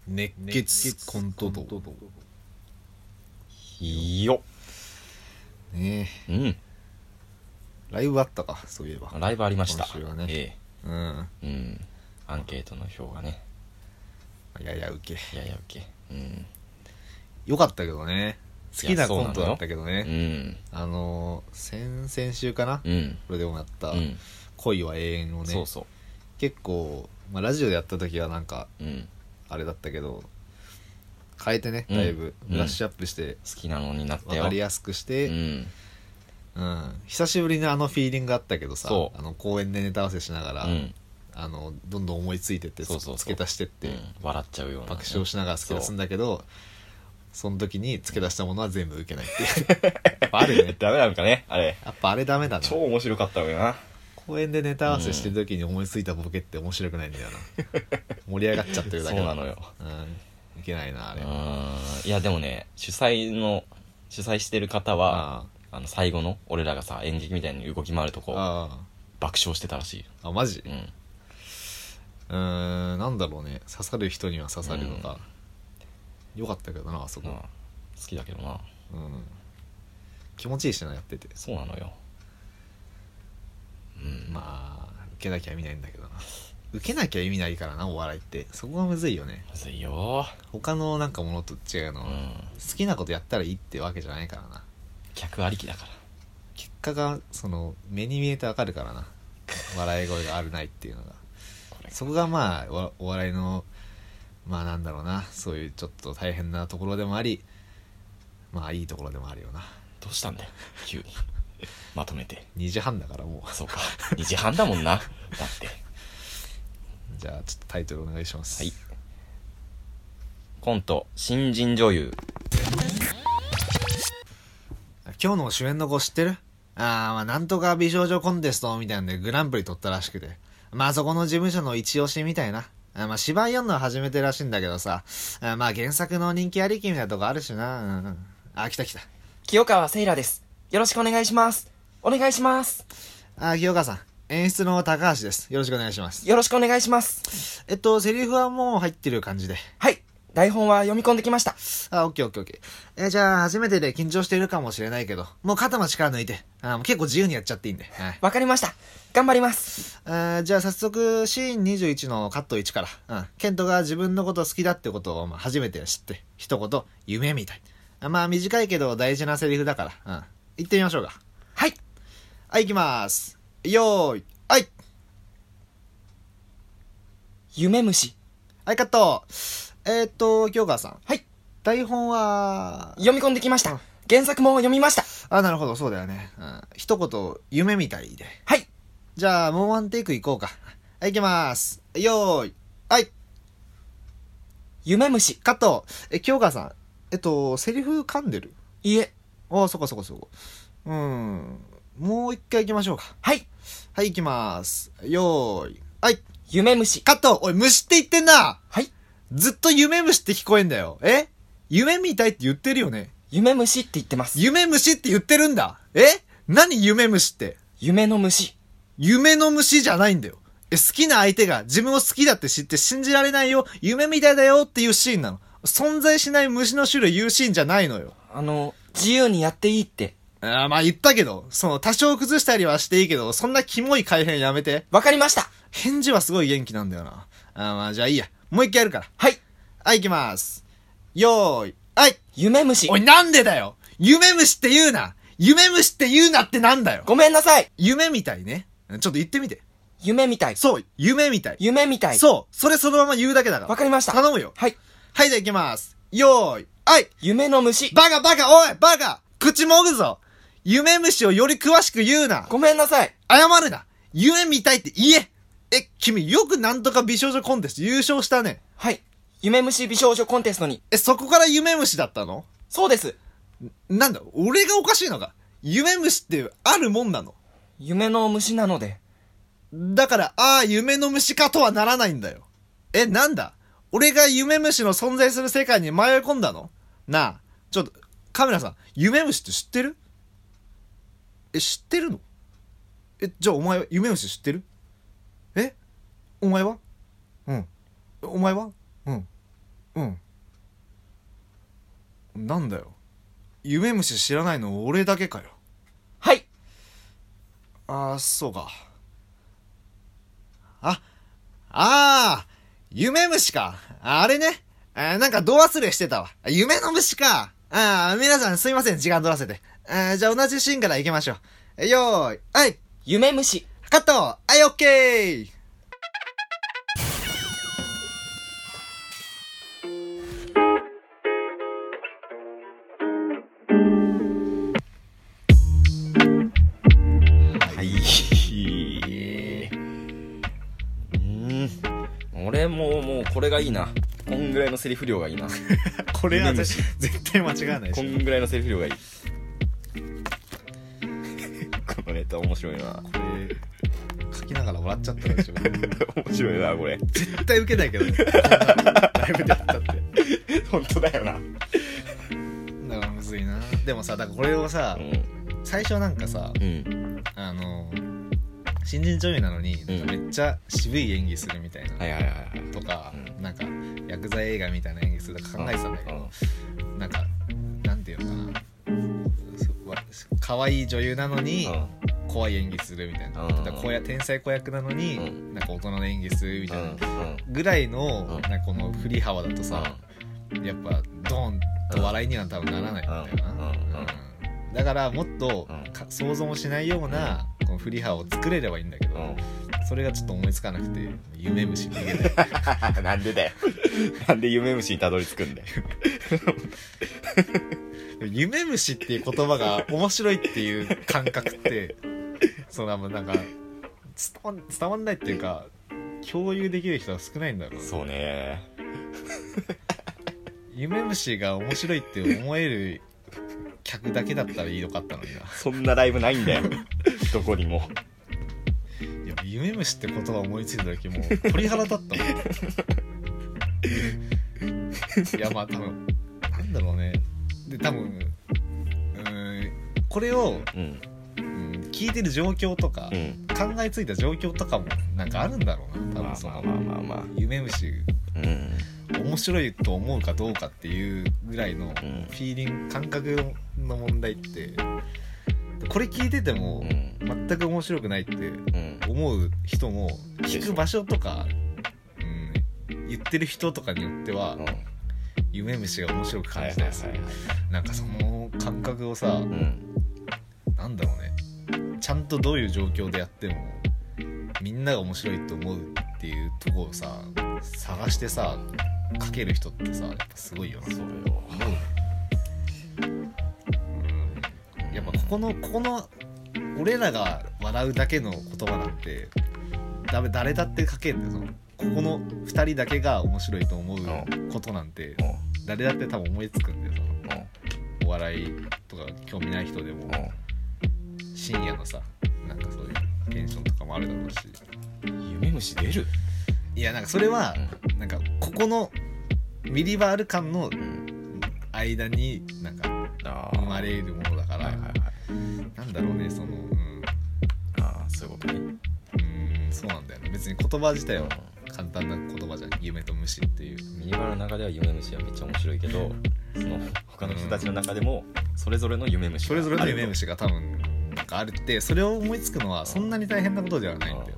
Speaker 1: 熱血コント道
Speaker 2: いいよ
Speaker 1: ね
Speaker 2: うん
Speaker 1: えライブあったかそういえば
Speaker 2: ライブありました
Speaker 1: 今週はね
Speaker 2: え
Speaker 1: うん
Speaker 2: えうんアンケートの票がね
Speaker 1: やや受け
Speaker 2: やや受けうん
Speaker 1: よかったけどね好き
Speaker 2: いや
Speaker 1: な
Speaker 2: そう
Speaker 1: コ
Speaker 2: なの
Speaker 1: ント
Speaker 2: よ
Speaker 1: だったけど
Speaker 2: う
Speaker 1: ね
Speaker 2: ん
Speaker 1: あのー先々週かな、
Speaker 2: うん
Speaker 1: これでもやった、
Speaker 2: うん
Speaker 1: 恋は永遠をね
Speaker 2: そうそ
Speaker 1: 結構、まあ、ラジオでやった時はなんか
Speaker 2: ううん
Speaker 1: あれだったけど変えてね
Speaker 2: うん
Speaker 1: だいぶ
Speaker 2: うん
Speaker 1: ブラッシュアップして
Speaker 2: 好きなのになった
Speaker 1: 分
Speaker 2: よ
Speaker 1: かりやすくし
Speaker 2: う
Speaker 1: て、
Speaker 2: ん
Speaker 1: うん久しぶりにあのフィーリングあったけどさ
Speaker 2: そう
Speaker 1: あの公園でネタ合わせしながら、
Speaker 2: うん
Speaker 1: あのどんどん思いついてって
Speaker 2: そうそうそう
Speaker 1: つ付け足してっ
Speaker 2: う
Speaker 1: て、
Speaker 2: ん笑っちゃうような
Speaker 1: 爆笑しながら付け出すんだけどその時に付け出したものは全部受けないっていう やっぱあるね
Speaker 2: ダメなのかねあれ
Speaker 1: やっぱあれダメだな
Speaker 2: 超面白かったわよな
Speaker 1: 公園でネタ合わせしてる時に思いついたボケって面白くないんだ よな盛り上がっちゃってるだ
Speaker 2: そう
Speaker 1: けだ
Speaker 2: なのよ
Speaker 1: うん、いけないなあ
Speaker 2: う
Speaker 1: れ
Speaker 2: んいやでもね主催の主催してる方は
Speaker 1: あ
Speaker 2: あの最後の俺らがさ演劇みたいに動き回るとこ
Speaker 1: あ
Speaker 2: 爆笑してたらしいよ
Speaker 1: ああマジ
Speaker 2: うん
Speaker 1: うーんなんだろうね刺さる人には刺さるのか、よかったけどなあそこ、
Speaker 2: まあ好きだけどな
Speaker 1: うん、気持ちいいしなやってて
Speaker 2: そうなのようん
Speaker 1: まあ受けなきゃ意味ないんだけどな受けなきゃ意味ないからなお笑いってそこがむずいよね
Speaker 2: むずいよ
Speaker 1: 他のなんかものと違うの
Speaker 2: う
Speaker 1: は、好
Speaker 2: ん
Speaker 1: きなことやったらいいってわけじゃないからな
Speaker 2: 客ありきだか
Speaker 1: 結果がその目に見えてわかるからな笑い声があるないっていうのが
Speaker 2: これ
Speaker 1: そこがまあおお笑いのまあなんだろうなそういうちょっと大変なところでもありまあいいところでもあるよな
Speaker 2: らどうしたんだよ急に まとめて
Speaker 1: 2時半だからもう
Speaker 2: そうか2時半だもんなだって
Speaker 1: じゃあちょっとタイトルお願いします
Speaker 2: はいコント新人女優
Speaker 1: 今日の主演の子知ってるああまあなんとか美少女コンテストみたいなんでグランプリ取ったらしくてまあそこの事務所の一押しみたいなあまあ芝居やんのは初めてらしいんだけどさあまあ原作の人気ありきみたいなとこあるしなうんうんあ来た来た
Speaker 2: 清川セイラですよろしくお願いしますお願いします
Speaker 1: あ清川さん演出の高橋ですよろしくお願いします
Speaker 2: よろしくお願いします
Speaker 1: えっとセリフはもう入ってる感じで
Speaker 2: はい台本は読み込んできました
Speaker 1: あ、オッケーオッケーオッケー。えーじゃあ、初めてで緊張しているかもしれないけど、もう肩の力抜いて、あーもう結構自由にやっちゃっていいんで。はい
Speaker 2: わかりました頑張ります
Speaker 1: あーじゃあ早速、シーン21のカット1から、うん。ケントが自分のこと好きだってことを、まあ、初めて知って、一言、夢みたい。あまあ、短いけど大事なセリフだから、うん。行ってみましょうか。
Speaker 2: はい
Speaker 1: はい、行きます。よーい、はい
Speaker 2: 夢虫
Speaker 1: はい、カットえー、っと、京川さん。
Speaker 2: はい
Speaker 1: 台本は、
Speaker 2: 読み込んできました原作も読みました
Speaker 1: あ、なるほど、そうだよね。うん。一言、夢みたいで。
Speaker 2: はい
Speaker 1: じゃあ、もうワンテイクいこうか。はい、いきます。よーい。はい、
Speaker 2: 夢虫
Speaker 1: カット。え、京川さん。えっと、セリフ噛んでる
Speaker 2: いえ
Speaker 1: ああ、そこそこそこ。うーん。もう一回行きましょうか。
Speaker 2: はい
Speaker 1: はい、行きます。よーい。はい、
Speaker 2: 夢虫
Speaker 1: カット。おい、虫って言ってんな
Speaker 2: はい
Speaker 1: ずっと夢虫って聞こえんだよ。え夢みたいって言ってるよね。
Speaker 2: 夢虫って言ってます
Speaker 1: 夢虫って言ってるんだ。え何夢虫って。
Speaker 2: 夢の虫
Speaker 1: 夢の虫じゃないんだよ。え、好きな相手が自分を好きだって知って信じられないよ、夢みたいだよっていうシーンなの。存在しない虫の種類言うシーンじゃないのよ。
Speaker 2: あの自由にやっていいって
Speaker 1: あーまあ言ったけど、その多少崩したりはしていいけど、そんなキモい改変やめて。
Speaker 2: わかりました
Speaker 1: 返事はすごい元気なんだよな。あーまあじゃあいいや。もう一回やるから。
Speaker 2: はい
Speaker 1: はい、行きます。よーい、はい。
Speaker 2: 夢虫
Speaker 1: おい、なんでだよ夢虫って言うな夢虫って言うなってなんだよ
Speaker 2: ごめんなさい
Speaker 1: 夢みたいね。ちょっと言ってみて。
Speaker 2: 夢みたい
Speaker 1: そう、夢みたい。
Speaker 2: 夢みたい
Speaker 1: そう、それそのまま言うだけだから。
Speaker 2: わかりました
Speaker 1: 頼むよ。
Speaker 2: はい
Speaker 1: はい、じゃあ行きます。よーい、はい
Speaker 2: 夢の虫
Speaker 1: バカバカ、おいバカ口もぐぞ夢虫をより詳しく言うな
Speaker 2: ごめんなさい
Speaker 1: 謝るな夢見たいって言ええ、君よくなんとか美少女コンテスト優勝したね。
Speaker 2: はい夢虫美少女コンテストに
Speaker 1: え、そこから夢虫だったの
Speaker 2: そうです
Speaker 1: なんだ、俺がおかしいのか夢虫ってあるもんなの
Speaker 2: 夢の虫なので
Speaker 1: だから、ああ、夢の虫かとはならないんだよ。え、なんだ俺が夢虫の存在する世界に迷い込んだのなあ、ちょっと、カメラさん、夢虫って知ってるえ、知ってるのえ、じゃあお前は夢虫知ってるえお前はうん。お前はうん。うん。なんだよ。夢虫知らないの俺だけかよ。
Speaker 2: はい
Speaker 1: ああ、そうか。あ、ああ、夢虫か。ああれね。あーなんか、ど忘れしてたわ。夢の虫か。ああ、皆さんすいません、時間取らせて。あーじゃあ同じシーンから行きましょう。よーい、はい、
Speaker 2: 夢虫
Speaker 1: カットはい、オッケー
Speaker 2: はいうん俺ももうこれがいいなこんぐらいのセリフ量がいいな
Speaker 1: これ
Speaker 2: 夢虫
Speaker 1: 私、絶対間違わない
Speaker 2: こ
Speaker 1: し。
Speaker 2: んぐらいのセリフ量 がいいこのネタ面白いな
Speaker 1: これ書きながら笑っちゃったでしょ。
Speaker 2: 面白いなこれ
Speaker 1: 絶対受けないけどね。こんなライブでやったって。
Speaker 2: 本当だよな、
Speaker 1: だからむずいな。でもさ、だからこれをさ
Speaker 2: う、ん
Speaker 1: 最初なんかさ、
Speaker 2: うん、
Speaker 1: あの新人女優なのになんかめっちゃ渋い演技するみたいな、
Speaker 2: はいはいはいはい
Speaker 1: とか、
Speaker 2: う
Speaker 1: なんか薬剤映画みたいな演技するとか考えてたんだけど、
Speaker 2: う
Speaker 1: なんかなんていうのかなそわ可愛い女優なのに
Speaker 2: ん
Speaker 1: 怖い演技するみたいな、
Speaker 2: うん
Speaker 1: だからこうや天才子役なのに、
Speaker 2: うん
Speaker 1: なんか大人の演技するみたいな、
Speaker 2: うん
Speaker 1: ぐらいの、
Speaker 2: うん
Speaker 1: なんかこの振り幅だとさ、やっぱドーンと笑いには多分ならないんだよな、
Speaker 2: う
Speaker 1: う
Speaker 2: ん
Speaker 1: んだからもっと
Speaker 2: うん
Speaker 1: か想像もしないようなこの振り幅を作れればいいんだけど、
Speaker 2: うん
Speaker 1: それがちょっと思いつかなくて夢虫逃げて
Speaker 2: なんでだ よ。なんで夢虫にたどり着くんだよ。
Speaker 1: 夢虫っていう言葉が面白いっていう 感覚ってそのなんか伝わん伝わんないっていうか共有できる人は少ないんだろうね
Speaker 2: そうね
Speaker 1: 夢虫が面白いって思える客だけだったらよかったのにな
Speaker 2: そんなライブないんだ よどこにも
Speaker 1: いや夢虫って言葉思いついた時もう鳥肌立ったもんいやまあ多分なんだろうねで多分うーんこれを、
Speaker 2: うん
Speaker 1: うん、聞いてる状況とか、
Speaker 2: うん
Speaker 1: 考えついた状況とかもなんかあるんだろうな多
Speaker 2: まあ
Speaker 1: 分そ
Speaker 2: ま
Speaker 1: の
Speaker 2: あまあまあまあ
Speaker 1: 夢虫
Speaker 2: うん
Speaker 1: 面白いと思うかどうかっていうぐらいのフ
Speaker 2: ん
Speaker 1: ィーリング感覚の問題ってこれ聞いてても
Speaker 2: うん
Speaker 1: 全く面白くないって
Speaker 2: うん
Speaker 1: 思う人も聞く場所とか、うん、言ってる人とかによっては
Speaker 2: うん
Speaker 1: 夢虫が面白く
Speaker 2: はい
Speaker 1: 感
Speaker 2: は
Speaker 1: じたり
Speaker 2: い
Speaker 1: す
Speaker 2: は
Speaker 1: る
Speaker 2: い
Speaker 1: なんかその感覚をさ
Speaker 2: うん
Speaker 1: なんだろうねちゃんとどういう状況でやってもみんなが面白いと思うっていうとこをさ探してさかける人ってさやっぱすごいよな
Speaker 2: そうよ
Speaker 1: うんやっぱここのここの俺らが笑うだけの言葉なんてだめ誰だって書けんだよそのここの2人だけが面白いと思うことなんて
Speaker 2: うん
Speaker 1: 誰だって多分思いつくんだよその
Speaker 2: うん
Speaker 1: お笑いとか興味ない人でも深夜のさなんかそういうテンションとかもあるだろうし
Speaker 2: うん夢虫出る
Speaker 1: いやなんかそれはなんかここのミリバール感の
Speaker 2: うん
Speaker 1: 間になんか
Speaker 2: ああ
Speaker 1: 生まれるものだか
Speaker 2: はい
Speaker 1: ら
Speaker 2: はいはい
Speaker 1: なんだろうねそのうん
Speaker 2: ああそういうことね
Speaker 1: うーんそうなんだよね別に言葉自体は簡単な言葉じゃん夢と虫っていう
Speaker 2: ミニバラの中では夢虫はめっちゃ面白いけどその他の人たちの中でもそれぞれの夢虫
Speaker 1: それぞれの夢虫が多分なんかあるってそれを思いつくのはそんなに大変なことではないんだよ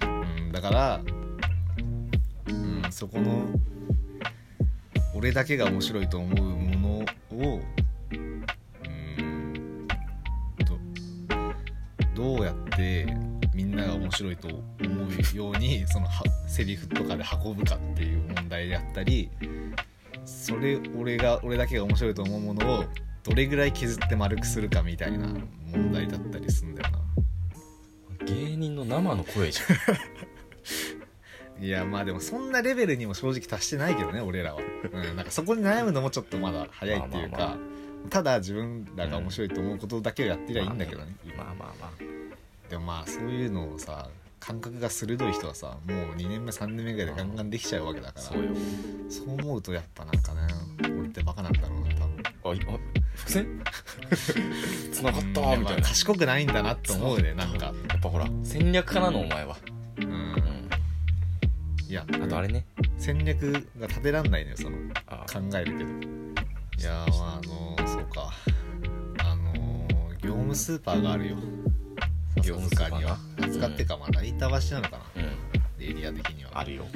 Speaker 1: 多分うんだからうんそこの俺だけが面白いと思うものをうんどどうやってみんなが面白いと思うようにそのはセリフとかで運ぶかっていう問題であったりそれ俺が俺だけが面白いと思うものをどれぐらい削って丸くするかみたいな問題だったりするんだよ
Speaker 2: 芸人の生の声じ
Speaker 1: ないやまあでもそんなレベルにも正直達してないけどね俺らは、うん、なんかそこに悩むのもちょっとまだ早いっていうか、
Speaker 2: まあまあ
Speaker 1: ただ自分らが面白いと思うことだけをやってりゃいいんだけどね、
Speaker 2: ゃんまあまあま
Speaker 1: でもまあそういうのをさ感覚が鋭い人はさもう2年目3年目ぐらいでガンガンできちゃうわけだ
Speaker 2: あ
Speaker 1: から
Speaker 2: そうよ
Speaker 1: そう思うとやっぱなんかね俺ってバカなんだろうな多分
Speaker 2: あいあ伏 線繋がったみた
Speaker 1: や
Speaker 2: い
Speaker 1: っぱ
Speaker 2: な
Speaker 1: 賢くないんだなって思うねなんか
Speaker 2: やっぱほら戦略家なのお前は
Speaker 1: うん
Speaker 2: うん
Speaker 1: いや
Speaker 2: あとあれね
Speaker 1: 戦略が立てらんないのよその
Speaker 2: あ
Speaker 1: 考えるけどいやーまああのーそうかあのー業務スーパーがあるよ
Speaker 2: 業務スーパ
Speaker 1: さすが
Speaker 2: ーな
Speaker 1: には扱ってかまあ大板橋なのかな
Speaker 2: うん
Speaker 1: エリア的には
Speaker 2: あるよ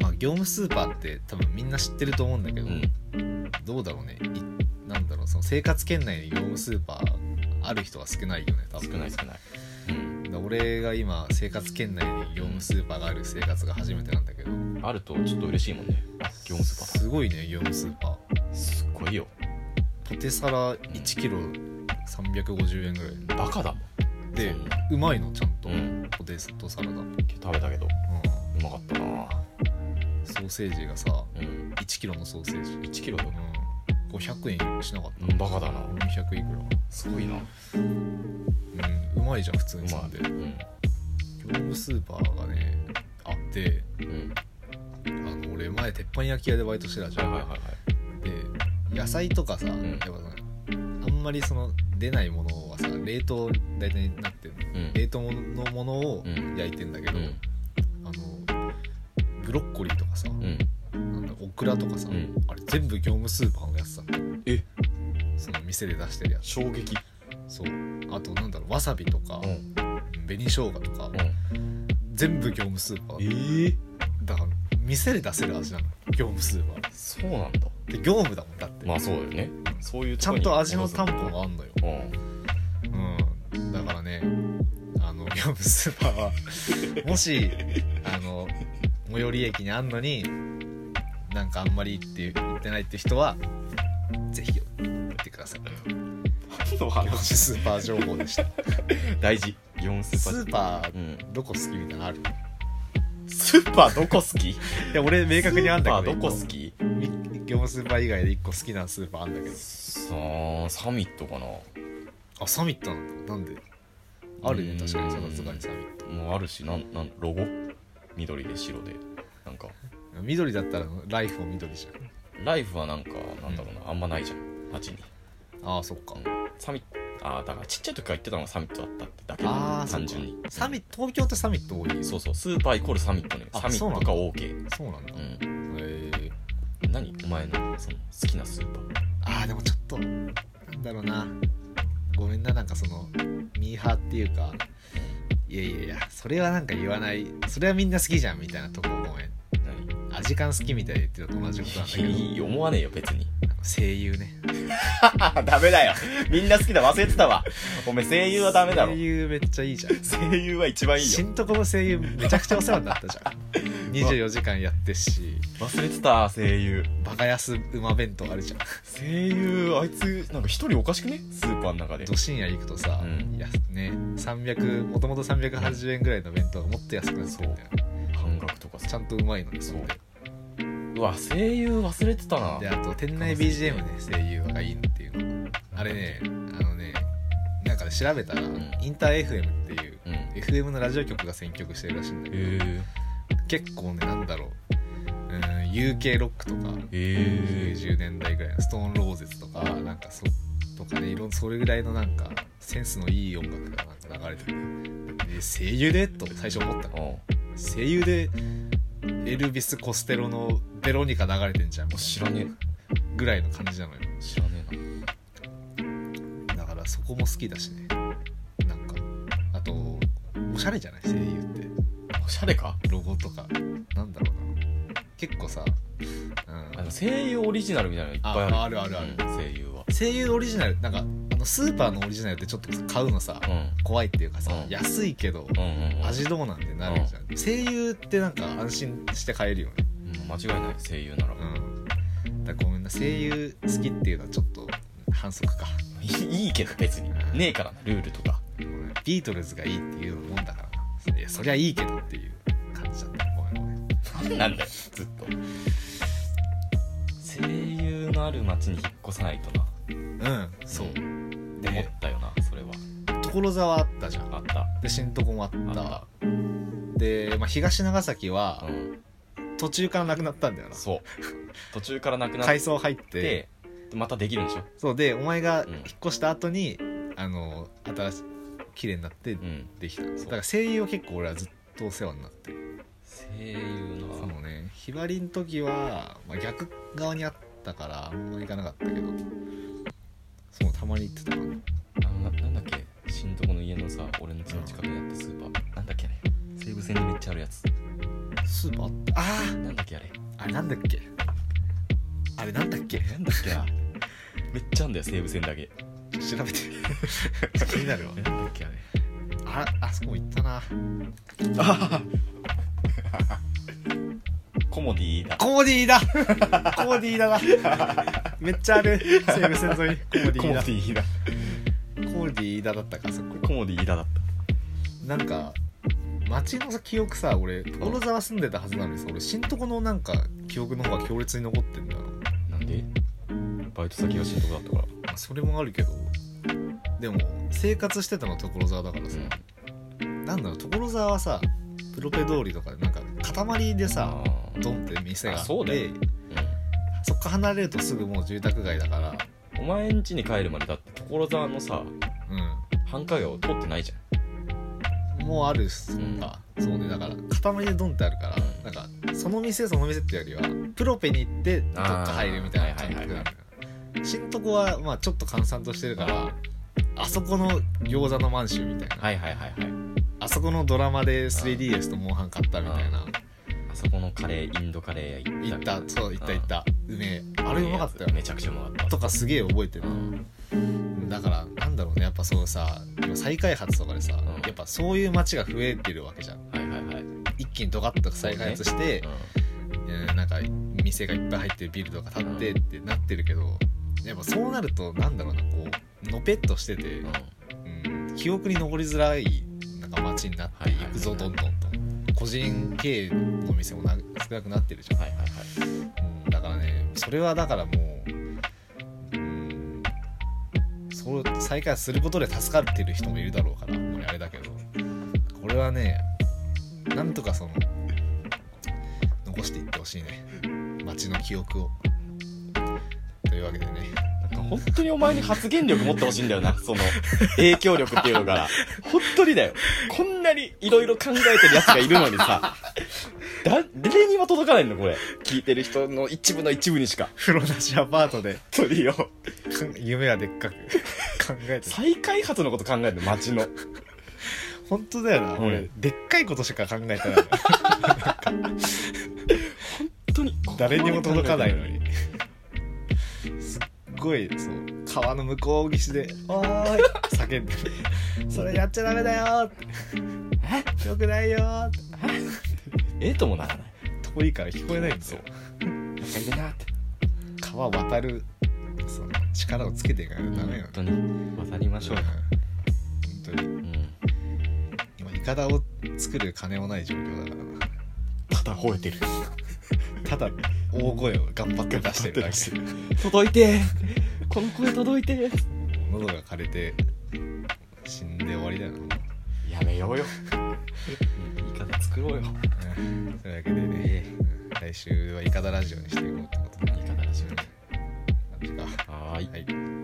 Speaker 1: まあ業務スーパーって多分みんな知ってると思うんだけ
Speaker 2: う
Speaker 1: ど、
Speaker 2: ん
Speaker 1: どうだろうねいなんだろうその生活圏内に業務スーパーある人は少ないよね多
Speaker 2: 少
Speaker 1: 分
Speaker 2: ない少ないうん
Speaker 1: だ俺が今生活圏内に業務スーパーがある生活が初めてなんだけど
Speaker 2: あるとちょっと嬉しいもんねあ業務スー
Speaker 1: すごいね業務スーパー
Speaker 2: パーすっごいよ
Speaker 1: ポテサラ1キロ350円ぐらい
Speaker 2: バカだもん
Speaker 1: で
Speaker 2: そん
Speaker 1: うまいのちゃんと、
Speaker 2: うん
Speaker 1: ポテトサラダ、うん、
Speaker 2: 今日食べたけどうまかったな
Speaker 1: ソーセージがさ
Speaker 2: うん
Speaker 1: 1キロのソーセージ、
Speaker 2: 1キロよ
Speaker 1: うん、500円しなかっ
Speaker 2: うんバカだな
Speaker 1: た400いく
Speaker 2: すごいなう
Speaker 1: ら、うん、うまいじゃん普通に
Speaker 2: ま
Speaker 1: さん
Speaker 2: い
Speaker 1: で
Speaker 2: うん
Speaker 1: 業務スーパーがねあって
Speaker 2: うん
Speaker 1: あの俺前鉄板焼き屋でバイトしてたじ
Speaker 2: は
Speaker 1: ゃ
Speaker 2: い
Speaker 1: ん、
Speaker 2: はいはいはい
Speaker 1: で野菜とかさ、
Speaker 2: ん
Speaker 1: やっぱそのあんまりその出ないものはさ冷凍大体なってるの
Speaker 2: うん
Speaker 1: 冷凍のものを
Speaker 2: うん
Speaker 1: 焼いてんだけ
Speaker 2: う
Speaker 1: ど、
Speaker 2: ん
Speaker 1: あのブロッコリーとかさ、
Speaker 2: うん
Speaker 1: なんだオクラとかさ、
Speaker 2: うん
Speaker 1: あれ全部業務スーパーのやつだった
Speaker 2: え
Speaker 1: その店で出してるやつ
Speaker 2: 衝撃
Speaker 1: そうあとなんだろうわさびとか、
Speaker 2: ん
Speaker 1: 紅生姜とか、
Speaker 2: うん
Speaker 1: 全部業務スーパー
Speaker 2: ええ
Speaker 1: だから店で出せる味なの業務スーパー
Speaker 2: そうなんだ
Speaker 1: で業務だもんだって、
Speaker 2: まあそうだよねそういう
Speaker 1: ちゃんと味の担
Speaker 2: 担
Speaker 1: 保
Speaker 2: 保
Speaker 1: があんのよ う
Speaker 2: うん
Speaker 1: んだからねあの業務スーパ ーはもしあの最寄り駅にあんのになんかあんまりって言ってないって人はぜひ行ってください業務スーパー情報でした
Speaker 2: 大事4ス
Speaker 1: スー
Speaker 2: ー
Speaker 1: パ
Speaker 2: パー
Speaker 1: ー
Speaker 2: うん
Speaker 1: どこ好きみたいなのある
Speaker 2: スーパーどこ好きい
Speaker 1: いや俺明確にあんだけど
Speaker 2: スーパーどこ好き
Speaker 1: 一個み業務スーパー以外で1個好きなスーパーあんだけど
Speaker 2: さあサミットかな
Speaker 1: あサミットなんだなんであるね確かにその図鑑にサミッ
Speaker 2: もうあるしなんなんロゴ緑で白でなんか
Speaker 1: ト緑だったらライフも緑じ
Speaker 2: ライフはなんかなんだろうな、あんまないじゃん街に、
Speaker 1: ゃんああそっか
Speaker 2: うん、サミットあーだからちっちゃい時から言ってたのがサミットだったってだけ
Speaker 1: あ
Speaker 2: だ
Speaker 1: あ
Speaker 2: 単純に
Speaker 1: サミット東京ってサミット多い
Speaker 2: そうそうスーパーイコールサミットね
Speaker 1: あ
Speaker 2: サミットか OK
Speaker 1: そうなんだ
Speaker 2: う
Speaker 1: へ
Speaker 2: ん
Speaker 1: え
Speaker 2: 何お前のその好きなスーパー
Speaker 1: ああでもちょっとなんだろうなごめんななんかそのミーハーっていうかいやいやいやそれはなんか言わないそれはみんな好きじゃんみたいなとこごめん味感好きみたいに言ってるのと同じことなんだけど
Speaker 2: 何思わねえよ別に
Speaker 1: あの声優ね
Speaker 2: ダメだよみんな好きだ忘れてたわお前声優はダメだろ
Speaker 1: 声優めっちゃいいじゃん
Speaker 2: 声優は一番いい
Speaker 1: 新
Speaker 2: よ
Speaker 1: んとこの声優めちゃくちゃお世話になったじゃん24時間やってっし
Speaker 2: 忘れてた声優
Speaker 1: バカ安馬弁当あるじゃん
Speaker 2: 声優あいつなんか一人おかしくねスーパーの中で
Speaker 1: ど深夜行くとさ、
Speaker 2: うん
Speaker 1: いやね300もともと380円ぐらいの弁当がもっと安くなってるみたいな
Speaker 2: 半額とか
Speaker 1: ち
Speaker 2: さ
Speaker 1: ゃんとうまいのにそ
Speaker 2: そうううわ声優忘れてたな
Speaker 1: であと店内 BGM ね声優がいいのっていうのあれねあのねなんかね調べたら、
Speaker 2: ん
Speaker 1: インター FM っていう
Speaker 2: うんへ
Speaker 1: FM のラジオ局が選曲してるらしいんだけど、
Speaker 2: え
Speaker 1: 結構ねなんだろううん UK ロックとか
Speaker 2: へえ
Speaker 1: 90年代ぐらいのストーンローゼズとかなんかそとかねいろんそれぐらいのなんかセンスのいい音楽がなんか流れてるで声優でと最初思ったの声優でエルビス・コステロの「ベロニカ」流れてんじゃんみたいな
Speaker 2: 知らね
Speaker 1: ぐらいの感じなのよ
Speaker 2: え知らねえな
Speaker 1: だからそこも好きだしねなんかあとおしゃれじゃない声優って
Speaker 2: おしゃれか
Speaker 1: ロゴとかなんだろうな結構さ、うん
Speaker 2: あの声優オリジナルみたいなのいっぱいある
Speaker 1: ああるあるある
Speaker 2: うん声優は
Speaker 1: 声優オリジナルなんかあのスーパーのオリジナルってちょっと買うのさ
Speaker 2: うん
Speaker 1: 怖いっていうかさ、
Speaker 2: うん
Speaker 1: 安いけど
Speaker 2: うんうんうん
Speaker 1: 味どうなんてなるじゃん、声優ってなんか安心して買えるよね
Speaker 2: うん間違いない声優なら
Speaker 1: うんだからごめんな声優好きっていうのはちょっと反則か
Speaker 2: いいいけど別にねえからなルールとか
Speaker 1: ごめんビートルズがいいっていうもんだからないやそりゃいいけどっていう感じだったごめんごめん
Speaker 2: なんだよずっと声優のある町に引っ越さないとな
Speaker 1: うんそう
Speaker 2: で思っ
Speaker 1: で
Speaker 2: たよなそれは
Speaker 1: 所沢あったじゃん
Speaker 2: あった
Speaker 1: で新床もあった
Speaker 2: あ
Speaker 1: で、まあ、東長崎は
Speaker 2: うん
Speaker 1: 途中からなくなったんだよな
Speaker 2: そう途中からなくなっ
Speaker 1: 改装入って
Speaker 2: てでまたできるんでしょ
Speaker 1: そうでお前が
Speaker 2: うん
Speaker 1: 引っ越した後に、あの新しい綺麗になって
Speaker 2: うん
Speaker 1: できた、
Speaker 2: そう
Speaker 1: だから声優は結構俺はずっとお世話になってる
Speaker 2: 声優の
Speaker 1: そうねひばりん時は、まあ、逆側にあったからあんま行かなかったけどそうたまに行ってたかな
Speaker 2: あのななんだっけ新とこの家のさ俺の家の近くにあったスーパーなんだっけね西武線にめっちゃあるやつ
Speaker 1: スーパーあったあ
Speaker 2: なんだっけあれ
Speaker 1: ーあれなんだっけあれなんだっけ
Speaker 2: なんだっけ なめっちゃあんだよ西武線だけ
Speaker 1: 調べて 気になるわ
Speaker 2: なんだっけあれ
Speaker 1: ああそこ行ったな
Speaker 2: コモディだ
Speaker 1: コーディーだ コーディーだなめっちゃある西武線沿いにコーディ
Speaker 2: コ
Speaker 1: ーだ
Speaker 2: モディだ
Speaker 1: コーディーだだったかそこ
Speaker 2: コモディだだっ
Speaker 1: なんか街の記憶さ俺所沢住んでたはずなのにさ俺新床のなんか記憶の方が強烈に残ってんだよ
Speaker 2: たなんでバイト先が新とこだったから
Speaker 1: まあそれもあるけどでも生活してたのは所沢だからさ、なんだろう所沢はさプロペ通りとかでなんか塊でさ
Speaker 2: ー
Speaker 1: ドンって店があ
Speaker 2: あ
Speaker 1: って
Speaker 2: そうだよ
Speaker 1: そっから離れるとすぐもう住宅街だから
Speaker 2: うんお前ん家に帰るまでだって所沢のさ繁華街を通ってないじ
Speaker 1: うんもうあるっすか、そうねだから塊でドンってあるから、
Speaker 2: うん
Speaker 1: なんかその店その店ってよりはプロペに行ってどっか入るみたいな感覚なの
Speaker 2: あーはいはいはい
Speaker 1: よ新とこはまあちょっと閑散としてるからあそこの餃子の満州みたいな、
Speaker 2: ゃんはいはいはいはい
Speaker 1: あそこのドラマで 3DS とモンハン買ったみたいな
Speaker 2: あそこのカレーインドカレー
Speaker 1: 行
Speaker 2: 屋
Speaker 1: っ
Speaker 2: 行った
Speaker 1: たそう行った行ったうめえ
Speaker 2: うん
Speaker 1: あれうまかったよ
Speaker 2: めちゃくちゃうまかった
Speaker 1: とかすげえ覚えてる
Speaker 2: うん
Speaker 1: だからなんだろうねやっぱそうさ今再開発とかでさ
Speaker 2: ん
Speaker 1: やっぱそういう街が増えてるわけじゃん
Speaker 2: はいはいはい
Speaker 1: 一気にドカッと再開発して、えーなんか店がいっぱい入ってるビルとか建ってってなってるけどやっぱそうなるとなんだろうなこうのぺっとしてて、
Speaker 2: うんうん
Speaker 1: うん、記憶に残りづらいな街になっていくぞ
Speaker 2: はいは
Speaker 1: ど
Speaker 2: い
Speaker 1: んどんと個人経営の店もな少なくなってるじゃん、
Speaker 2: はいはいはい
Speaker 1: うんだからねそれはだからもう、うん、そう再開することで助かってる人もいるだろうからこれあれだけどこれはねなんとかその残していってほしいね街の記憶をというわけでね
Speaker 2: なんか本当にお前に発言力持ってほしいんだよな、その影響力っていうの から。本当にだよ。こんなにいろいろ考えてる奴がいるのに さ、だ、誰にも届かないの、これ。聞いてる人の一部の一部にしか。
Speaker 1: 風呂なしアパートで
Speaker 2: とりよ。
Speaker 1: か夢はでっかく考えてる
Speaker 2: 再開発のこと考えるの、街の。
Speaker 1: 本当だよな、
Speaker 2: うん
Speaker 1: 俺でっかいことしか考えてない
Speaker 2: 本当に。
Speaker 1: 誰にも届かないのに。 すっごいそう川の向こう岸で「おーい!」叫んでる「 それやっちゃダメだよーって」よくないよーって」
Speaker 2: ええともならない。
Speaker 1: 遠いから聞こえないんですよ
Speaker 2: 仲いいなって。
Speaker 1: 川渡るその力をつけていかないとダメよ
Speaker 2: 本当に。渡りましょう。
Speaker 1: うん本当に
Speaker 2: うん。
Speaker 1: 今いかだを作る金もない状況だからな
Speaker 2: ただ吠えてる。
Speaker 1: ただ大声を頑張って出してるだけ
Speaker 2: 届いて。この声届いて。
Speaker 1: 喉が枯れて死んで終わりだよな、
Speaker 2: やめようよ。言い方作ろうよ。
Speaker 1: うんというわけでね、うん来週はイカダラジオにしていこうってことで
Speaker 2: 言い方らしい。
Speaker 1: 感じか
Speaker 2: はーい。
Speaker 1: はい